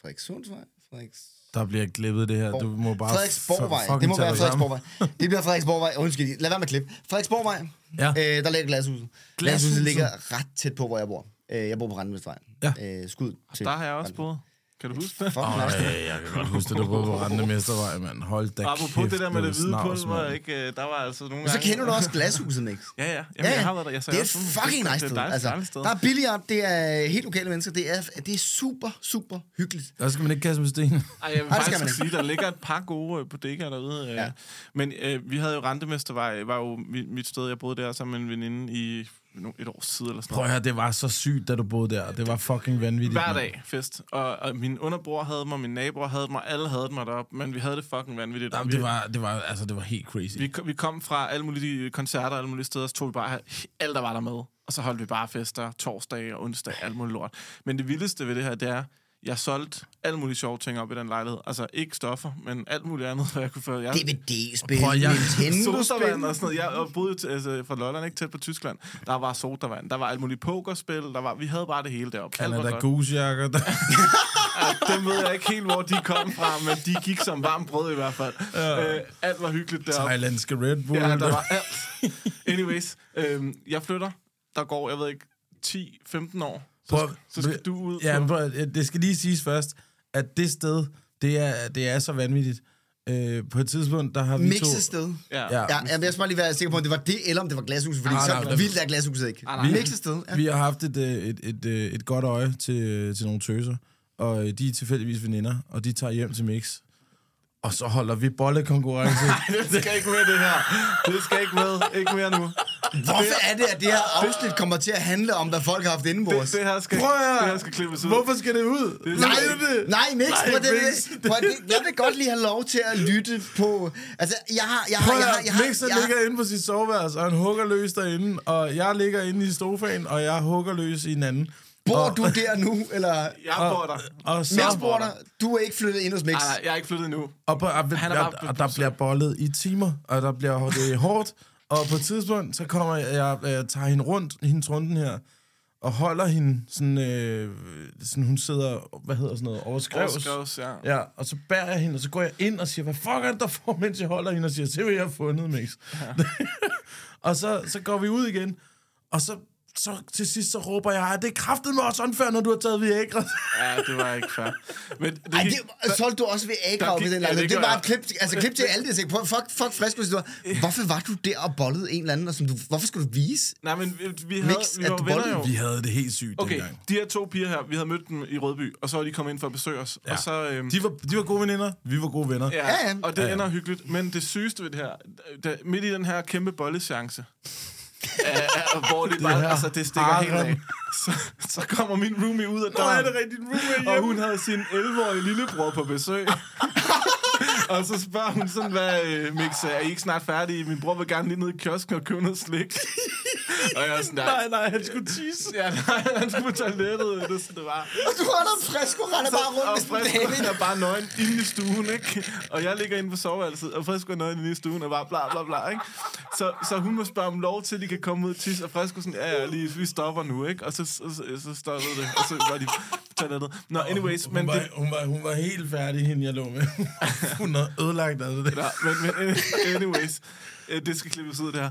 Speaker 6: Frederikssundsvej? Frederiks...
Speaker 3: Der bliver klippet det her. Du må bare
Speaker 6: Frederiksborgvej.
Speaker 3: f- fucking
Speaker 6: Det må
Speaker 3: tage
Speaker 6: være
Speaker 3: dig sammen.
Speaker 6: Frederiksborgvej. Det bliver Frederiksborgvej. Undskyld, lad være med at klippe. Frederiksborgvej,
Speaker 3: Ja.
Speaker 6: øh, der ligger glashuset.
Speaker 3: Glashuset.
Speaker 6: Glashuset ligger ret tæt på, hvor jeg bor. Øh, jeg bor på Randvestvej.
Speaker 3: Ja.
Speaker 6: Øh, skud til.
Speaker 4: Der har jeg også boet. Kan du huske det?
Speaker 6: Fuck, nice.
Speaker 3: Ej, jeg kan godt huske, det du boede på Rande Mestervej, mand. Hold da
Speaker 4: Apropos
Speaker 3: kæft,
Speaker 4: det der med
Speaker 3: du
Speaker 4: det hvide
Speaker 3: snavs,
Speaker 4: pulver,
Speaker 3: mand.
Speaker 4: ikke? Øh, der var altså nogle
Speaker 6: Men så kender du også glashuset, Nix.
Speaker 4: Ja, ja. Jamen, jeg har været der. Jeg sagde
Speaker 6: det er et
Speaker 4: også, mm, det
Speaker 6: fucking nice
Speaker 4: er et
Speaker 6: sted.
Speaker 4: dejligt-
Speaker 6: Altså,
Speaker 4: dejligt sted.
Speaker 6: der er billigere, det er øh, helt lokale mennesker. Det er, det er super, super hyggeligt.
Speaker 3: Der skal man ikke kaste med sten.
Speaker 4: Ej, jeg vil
Speaker 6: Ej, det skal
Speaker 4: faktisk
Speaker 6: man
Speaker 4: sige, der ligger et par gode øh, bodegaer derude. Øh.
Speaker 6: Ja.
Speaker 4: Ja. Men øh, vi havde jo Rentemestervej, var jo mit, mit sted, jeg boede der sammen med en veninde i no- et års tid eller sådan
Speaker 3: Prøv
Speaker 4: noget.
Speaker 3: at høre, det var så sygt, da du boede der. Det var fucking vanvittigt.
Speaker 4: Hver
Speaker 3: mand.
Speaker 4: dag fest. Og, og min underbror havde mig, min naboer havde mig, alle havde mig deroppe, men vi havde det fucking vanvittigt.
Speaker 3: Jamen,
Speaker 4: Vi-
Speaker 3: det var, det var, altså, det var helt crazy.
Speaker 4: Vi, kom- vi kom fra alle mulige koncerter, alle mulige steder, så tog vi bare alt, der var der med. Og så holdt vi bare fester torsdag og onsdag, alt muligt lort. Men det vildeste ved det her, det er, jeg solgte alle mulige sjove ting op i den lejlighed. Altså ikke stoffer, men alt muligt andet, hvad jeg kunne få. Jeg,
Speaker 6: DVD-spil,
Speaker 3: Prøv, jeg-
Speaker 4: sodavand og
Speaker 6: Nintendo-spil.
Speaker 4: sådan noget. Jeg boede jo til- altså, fra Lolland, ikke tæt på Tyskland. Der var sodavand, der var alt muligt pokerspil, der var, vi havde bare det hele deroppe. Alt var
Speaker 3: Canada
Speaker 4: godt.
Speaker 3: Goose-jakker. Der...
Speaker 4: Ja, det ved jeg ikke helt, hvor de kom fra, men de gik som varmt brød i hvert fald. Øh, alt var hyggeligt deroppe.
Speaker 3: Thailandske Red Bull.
Speaker 4: Ja, der var alt. Anyways, øhm, jeg flytter. Der går, jeg ved ikke, 10-15 år. Så,
Speaker 3: Prøv,
Speaker 4: skal- så skal du ud.
Speaker 3: Ja,
Speaker 4: på-
Speaker 3: men prøv, at- det skal lige siges først, at det sted, det er, det er så vanvittigt. Øh, på et tidspunkt, der har vi to...
Speaker 6: Mixested.
Speaker 4: ja.
Speaker 3: Ja,
Speaker 4: ja.
Speaker 6: Ja, jamen, jeg skal bare lige være sikker på, om det var det, eller om det var glashuset, fordi
Speaker 3: Nej,
Speaker 6: så
Speaker 3: nej, nej.
Speaker 6: vildt er glashuset ikke.
Speaker 4: Ah, nej.
Speaker 6: Mix et sted. Ja.
Speaker 3: Vi har haft et, øh, et, et, øh, et godt øje til, øh, til nogle tøser, og øh, de er tilfældigvis veninder, og de tager hjem til Mix. Og så holder vi bollekonkurrence.
Speaker 4: Det skal ikke med, det her. Det skal ikke med. Ikke mere nu.
Speaker 6: Hvorfor er det, at det her afsnit kommer til at handle om, hvad folk har haft indenbords?
Speaker 4: Det, det, her skal,
Speaker 3: Prøv at høre.
Speaker 4: det her skal klippes ud.
Speaker 3: Hvorfor skal det ud?
Speaker 4: Det-
Speaker 6: Nej,
Speaker 4: Mener du det?
Speaker 6: nej, Mix, nej, prøv, det,
Speaker 3: Mix.
Speaker 6: det, prøv, det, jeg vil godt lige have lov til at lytte på... Altså, jeg har... Jeg har,
Speaker 3: Prøv
Speaker 6: jeg har,
Speaker 3: at
Speaker 6: jeg
Speaker 3: høre,
Speaker 6: har,
Speaker 3: Mixer
Speaker 6: jeg har,
Speaker 3: ligger inde på sit soveværelse, og han hugger løs derinde, og jeg ligger inde i sofaen, og jeg hugger løs i en anden.
Speaker 6: bor
Speaker 3: og,
Speaker 6: du der nu, eller...
Speaker 4: Jeg bor der.
Speaker 3: Og, så,
Speaker 6: Mix bor der. Du er ikke flyttet ind hos Mix.
Speaker 4: Nej, nej, jeg er ikke flyttet endnu.
Speaker 3: og, på, og,
Speaker 4: Han er
Speaker 3: og,
Speaker 4: bare-
Speaker 3: og der bliver bollet i timer, og der bliver det er hårdt. Og på et tidspunkt, så kommer jeg, jeg, jeg tager hende rundt, hendes runden her, og holder hende sådan, øh, sådan hun sidder, hvad hedder sådan noget, overskrevs.
Speaker 4: Overskrevs, ja.
Speaker 3: Ja, og så bærer jeg hende, og så går jeg ind og siger, hvad fuck er det, der får, mens jeg holder hende, og siger, se hvad jeg har fundet, Mix. Ja. og så, så går vi ud igen, og så, så til sidst så råber jeg, "Ej, det er kraftet mig også unfair, når du har taget Viagra.
Speaker 4: Ja, det var ikke fair. Men det,
Speaker 6: Ej,
Speaker 4: gik-
Speaker 6: det solgte du også ved A-grav
Speaker 4: gik-
Speaker 6: ved den
Speaker 4: ja, det
Speaker 6: lejlighed. Det
Speaker 4: gjorde
Speaker 6: var et
Speaker 4: jeg.
Speaker 6: klip, altså klip til alle det. ting. Prøv, fuck, fuck frisk, hvis du var- Hvorfor var du der og bollede en eller anden, og som du, hvorfor skulle du vise?
Speaker 4: nej, men vi, vi, havde,
Speaker 6: Mix,
Speaker 4: vi
Speaker 6: at
Speaker 4: var
Speaker 6: du
Speaker 4: venner
Speaker 6: bollede-
Speaker 4: jo.
Speaker 3: Vi havde det helt sygt okay.
Speaker 4: Okay,
Speaker 3: dengang.
Speaker 4: de her to piger her, vi havde mødt dem i Rødby, og så var de kommet ind for at besøge os. Ja. Og så, øhm,
Speaker 3: De var, de var gode veninder, vi var gode venner.
Speaker 4: Ja,
Speaker 6: Ja,
Speaker 4: ja,
Speaker 6: ja.
Speaker 4: og det ja, ja. ender hyggeligt. Men det sygeste ved det her, da, midt i den her kæmpe bolleschance, er- er- hvor det, det bare,
Speaker 3: her
Speaker 4: altså det stikker helt af,
Speaker 3: harem.
Speaker 4: så, så kommer min roomie ud af
Speaker 3: Nå,
Speaker 4: døren.
Speaker 3: er det rigtigt, din roomie er
Speaker 4: og
Speaker 3: hjemme.
Speaker 4: hun havde sin 11-årige lillebror på besøg. og så spørger hun sådan, hvad, øh, Mix, er I ikke snart færdige? Min bror vil gerne lige ned i kiosken og købe noget slik. Og jeg var sådan, nej,
Speaker 3: Nej, nej, han skulle tisse.
Speaker 4: ja, nej, han skulle på toilettet, det, er sådan, det var.
Speaker 6: Og du holder en frisko, render bare rundt
Speaker 4: Og
Speaker 6: med sådan en
Speaker 4: Fresco
Speaker 6: dame.
Speaker 4: er bare nøgen inde i stuen, ikke? Og jeg ligger inde på soveværelset, og Fresco er nøgen inde i stuen, og bare bla bla bla, ikke? Så, så hun må spørge om lov til, at de kan komme ud og tisse, og Fresco sådan, ja, ja, lige, vi stopper nu, ikke? Og så, så, så, så stoppede det, og så var de toilettet. Nå, anyways,
Speaker 3: Hun
Speaker 4: men
Speaker 3: var,
Speaker 4: det,
Speaker 3: hun, var, hun var helt færdig, hende jeg lå med. hun havde ødelagt alt det
Speaker 4: Nå,
Speaker 3: der.
Speaker 4: men, men øh, anyways, øh, det skal klippes ud, det her.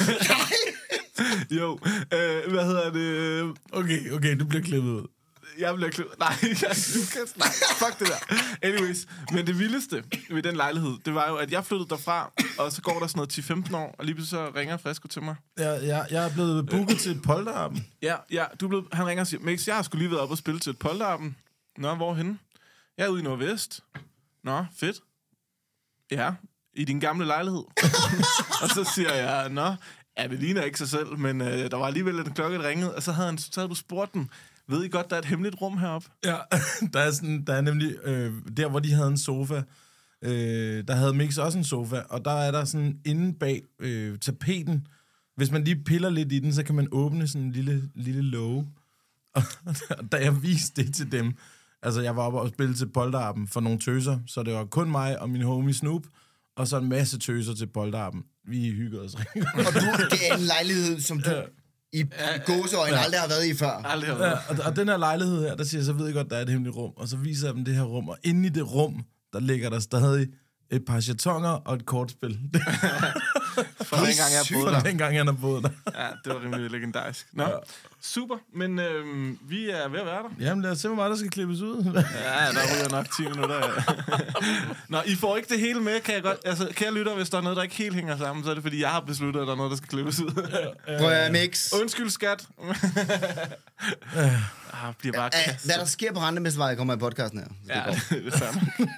Speaker 4: Øh, jo, øh, hvad hedder det?
Speaker 3: Okay, okay, du bliver klippet ud.
Speaker 4: Jeg bliver klippet. Nej, jeg, du kan nej, fuck det der. Anyways, men det vildeste ved den lejlighed, det var jo, at jeg flyttede derfra, og så går der sådan noget 10-15 år, og lige pludselig så ringer Fresco til mig.
Speaker 3: Jeg, jeg, jeg er blevet booket til et polterappen.
Speaker 4: Ja, ja, du blev, han ringer og siger, Mix, jeg har skulle lige været op og spille til et polterappen. Nå, hvorhen? Jeg er ude i Nordvest. Nå, fedt. Ja, i din gamle lejlighed. og så siger jeg, nå, ja, det ligner ikke sig selv, men øh, der var alligevel en klokke, der ringede, og så havde, han, så havde du spurgt dem, ved I godt, der er et hemmeligt rum heroppe?
Speaker 3: Ja, der er, sådan, der er nemlig, øh, der hvor de havde en sofa, øh, der havde Mix også en sofa, og der er der sådan inde bag øh, tapeten, hvis man lige piller lidt i den, så kan man åbne sådan en lille, lille låge. Og da jeg viste det til dem, altså jeg var oppe og spille til polterappen for nogle tøser, så det var kun mig og min homie Snoop, og så en masse tøser til polterappen. Vi hyggede os rigtig godt.
Speaker 6: Og du, det er en lejlighed, som du i gåseøjne aldrig har været i før.
Speaker 4: Aldrig har
Speaker 3: Ja, og, og den her lejlighed her, der siger jeg, så ved jeg godt, der er et hemmeligt rum. Og så viser jeg dem det her rum, og inde i det rum, der ligger der stadig et par chatonger og et kortspil. Det
Speaker 4: For den gang, jeg boede
Speaker 3: var
Speaker 4: der.
Speaker 3: dengang, han har boet der.
Speaker 4: Ja, det var rimelig legendarisk. Nå, super, men øh, vi er ved at være der.
Speaker 3: Jamen lad os se, hvor meget der skal klippes ud.
Speaker 4: Ja, der ryger nok 10 minutter. Ja. Nå, I får ikke det hele med, kan jeg godt... Altså, kære lytter, hvis der er noget, der ikke helt hænger sammen, så er det, fordi jeg har besluttet, at der er noget, der skal klippes ud.
Speaker 6: Prøv at høre, Mix.
Speaker 4: Undskyld, skat. ah, bliver bare
Speaker 6: Ah,
Speaker 4: kastet.
Speaker 6: Hvad der sker på Randemæssevej, kommer i podcasten her.
Speaker 4: Ja, det er fair nok.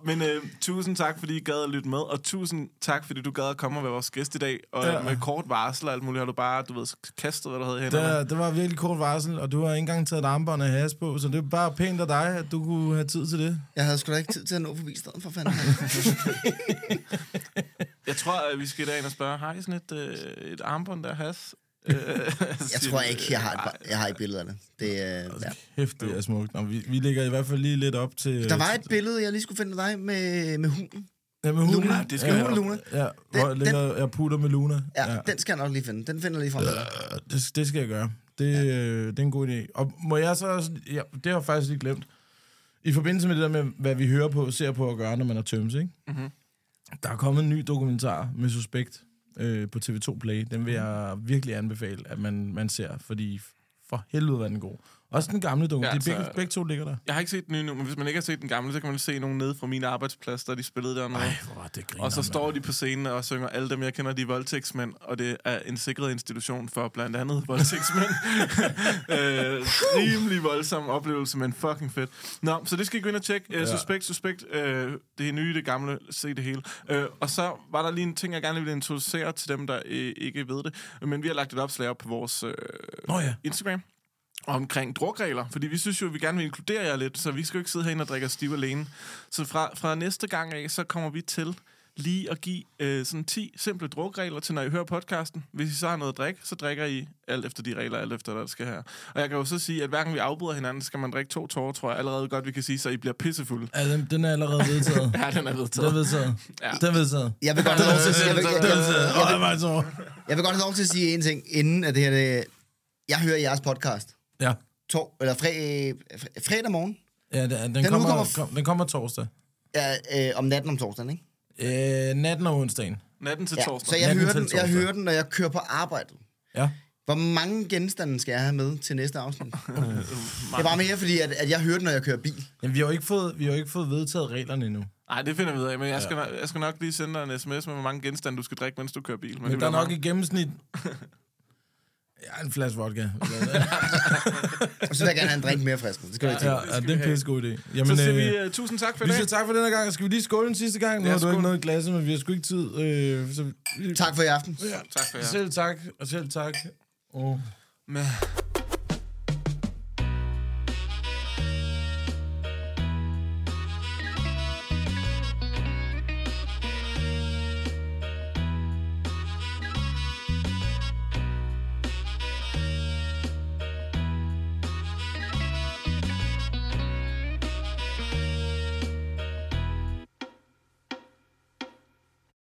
Speaker 4: Nå, men øh, tusind tak, fordi I gad at lytte med, og tusind tak, fordi du gad at komme og være vores gæst i dag. Og
Speaker 3: Ja.
Speaker 4: ja. med kort varsel og alt muligt, har du bare, du ved, kastet, hvad du havde i hænderne.
Speaker 3: Det, det var virkelig kort varsel, og du har ikke engang taget et armbånd og has på, så det er bare pænt af dig, at du kunne have tid til det.
Speaker 6: Jeg havde sgu da ikke tid til at nå forbi stedet for fanden.
Speaker 4: Jeg tror, at vi skal i dag ind og spørge, har I sådan et, øh, et armbånd der, has? Øh,
Speaker 6: Jeg tror ikke, jeg har, et, ba- jeg har et billede af det. det øh, ja.
Speaker 3: Hæft, det er smukt. Nå, vi, vi ligger i hvert fald lige lidt op til...
Speaker 6: Der var et billede, jeg lige skulle finde af dig med, med hunden.
Speaker 3: Ja, med Luna.
Speaker 4: Luna, det skal
Speaker 3: ja,
Speaker 4: være.
Speaker 6: Luna.
Speaker 3: Ja, hvor
Speaker 6: Den-
Speaker 3: ligger jeg putter med Luna.
Speaker 6: Ja, ja, den skal jeg nok lige finde. Den finder jeg lige frem. Ja.
Speaker 3: Øh, det, det skal jeg gøre. Det, ja. øh, det er en god idé. Og må jeg så også... Ja, det har jeg faktisk lige glemt. I forbindelse med det der med, hvad vi hører på, ser på og gør, når man er tømse, ikke? Mm-hmm. Der er kommet en ny dokumentar med Suspekt øh, på TV2 Play. Den vil jeg virkelig anbefale, at man, man ser, fordi for helvede var den god. Også den gamle dokumentar. Ja,
Speaker 4: Ja,
Speaker 3: altså,
Speaker 4: altså-
Speaker 3: begge, begge to ligger der.
Speaker 4: Jeg har ikke set den nye nu, men hvis man ikke har set den gamle, så kan man se nogen nede fra min arbejdsplads, der de spillede dernede. Ej,
Speaker 3: Hvor det griner,
Speaker 4: og så står de på scenen og synger alle dem, jeg kender, de er voldtægtsmænd, og det er en sikret institution for blandt andet voldtægtsmænd. øh, rimelig voldsom oplevelse, men fucking fedt. Nå, så det skal I gå ind og tjekke. Øh, suspekt, suspekt. Øh, det er nye, det gamle. Se det hele. Øh, og så var der lige en ting, jeg gerne ville introducere til dem, der øh, ikke ved det. Men vi har lagt et opslag op på vores øh,
Speaker 3: Nå ja.
Speaker 4: Instagram omkring drukregler, fordi vi synes jo, at vi gerne vil inkludere jer lidt, så vi skal jo ikke sidde herinde og drikke os stive alene. Så fra, fra næste gang af, så kommer vi til lige at give øh, sådan 10 simple drukregler til, når I hører podcasten. Hvis I så har noget at drikke, så drikker I alt efter de regler, alt efter, hvad der skal her. Og jeg kan jo så sige, at hver gang vi afbryder hinanden, skal man drikke to tårer, tror jeg allerede godt, vi kan sige, så I bliver pissefulde.
Speaker 3: Ja, den, den er allerede vedtaget.
Speaker 4: Ja, den er
Speaker 3: Den er
Speaker 4: vedtaget.
Speaker 3: vedtaget. Ja. Den er vedtaget.
Speaker 6: Jeg vil godt have lov til at sige, jeg vil, jeg,
Speaker 3: Den er
Speaker 6: jeg,
Speaker 3: vedtaget. Åh, det var et år.
Speaker 6: jeg vil godt have lov til at sige en ting, inden at det her... Det, jeg hører jeres podcast
Speaker 3: Ja.
Speaker 6: tor, eller fre, fre- fredag morgen,
Speaker 3: Ja, den, den,
Speaker 6: Den
Speaker 3: den, kommer,
Speaker 6: udkommer f-
Speaker 3: kom, den kommer torsdag.
Speaker 6: ja, øh, om natten om torsdagen, ikke?
Speaker 3: Øh, natten og onsdagen.
Speaker 4: Natten til
Speaker 6: Ja,
Speaker 4: torsdag.
Speaker 6: så jeg
Speaker 3: Natten
Speaker 6: hører,
Speaker 3: til
Speaker 6: den, jeg
Speaker 3: torsdag.
Speaker 6: hører den, når jeg kører på arbejde.
Speaker 3: Ja.
Speaker 6: Hvor mange genstande skal jeg have med til næste afsnit? det er bare mere, fordi at, at jeg hører den, når jeg kører bil.
Speaker 3: Jamen, vi har jo ikke fået, vi har jo ikke fået vedtaget reglerne endnu.
Speaker 4: Nej, det finder vi ud af, men jeg skal, nok- jeg skal nok lige sende dig en sms med, hvor mange genstande du skal drikke, mens du kører bil. Men, det
Speaker 3: Men der er
Speaker 4: bliver
Speaker 3: nok
Speaker 4: mange.
Speaker 3: i gennemsnit... Ja, en flaske vodka.
Speaker 6: Og så vil jeg gerne have en drink mere frisk. Det skal du ikke
Speaker 3: Ja,
Speaker 6: tænke.
Speaker 3: ja det er en pissegod idé. Jamen,
Speaker 4: Så siger
Speaker 3: øh,
Speaker 4: vi uh, tusind tak for i
Speaker 3: vi
Speaker 4: dag.
Speaker 3: siger tak for den her gang. Skal vi lige skåle den sidste gang? Nu
Speaker 4: Ja,
Speaker 3: har du ikke
Speaker 4: skål.
Speaker 3: noget i glasset, men vi har sgu ikke tid. Øh, så...
Speaker 6: Tak for i aften.
Speaker 4: Tak for jer.
Speaker 3: Selv tak, og selv tak. Og...
Speaker 4: Med.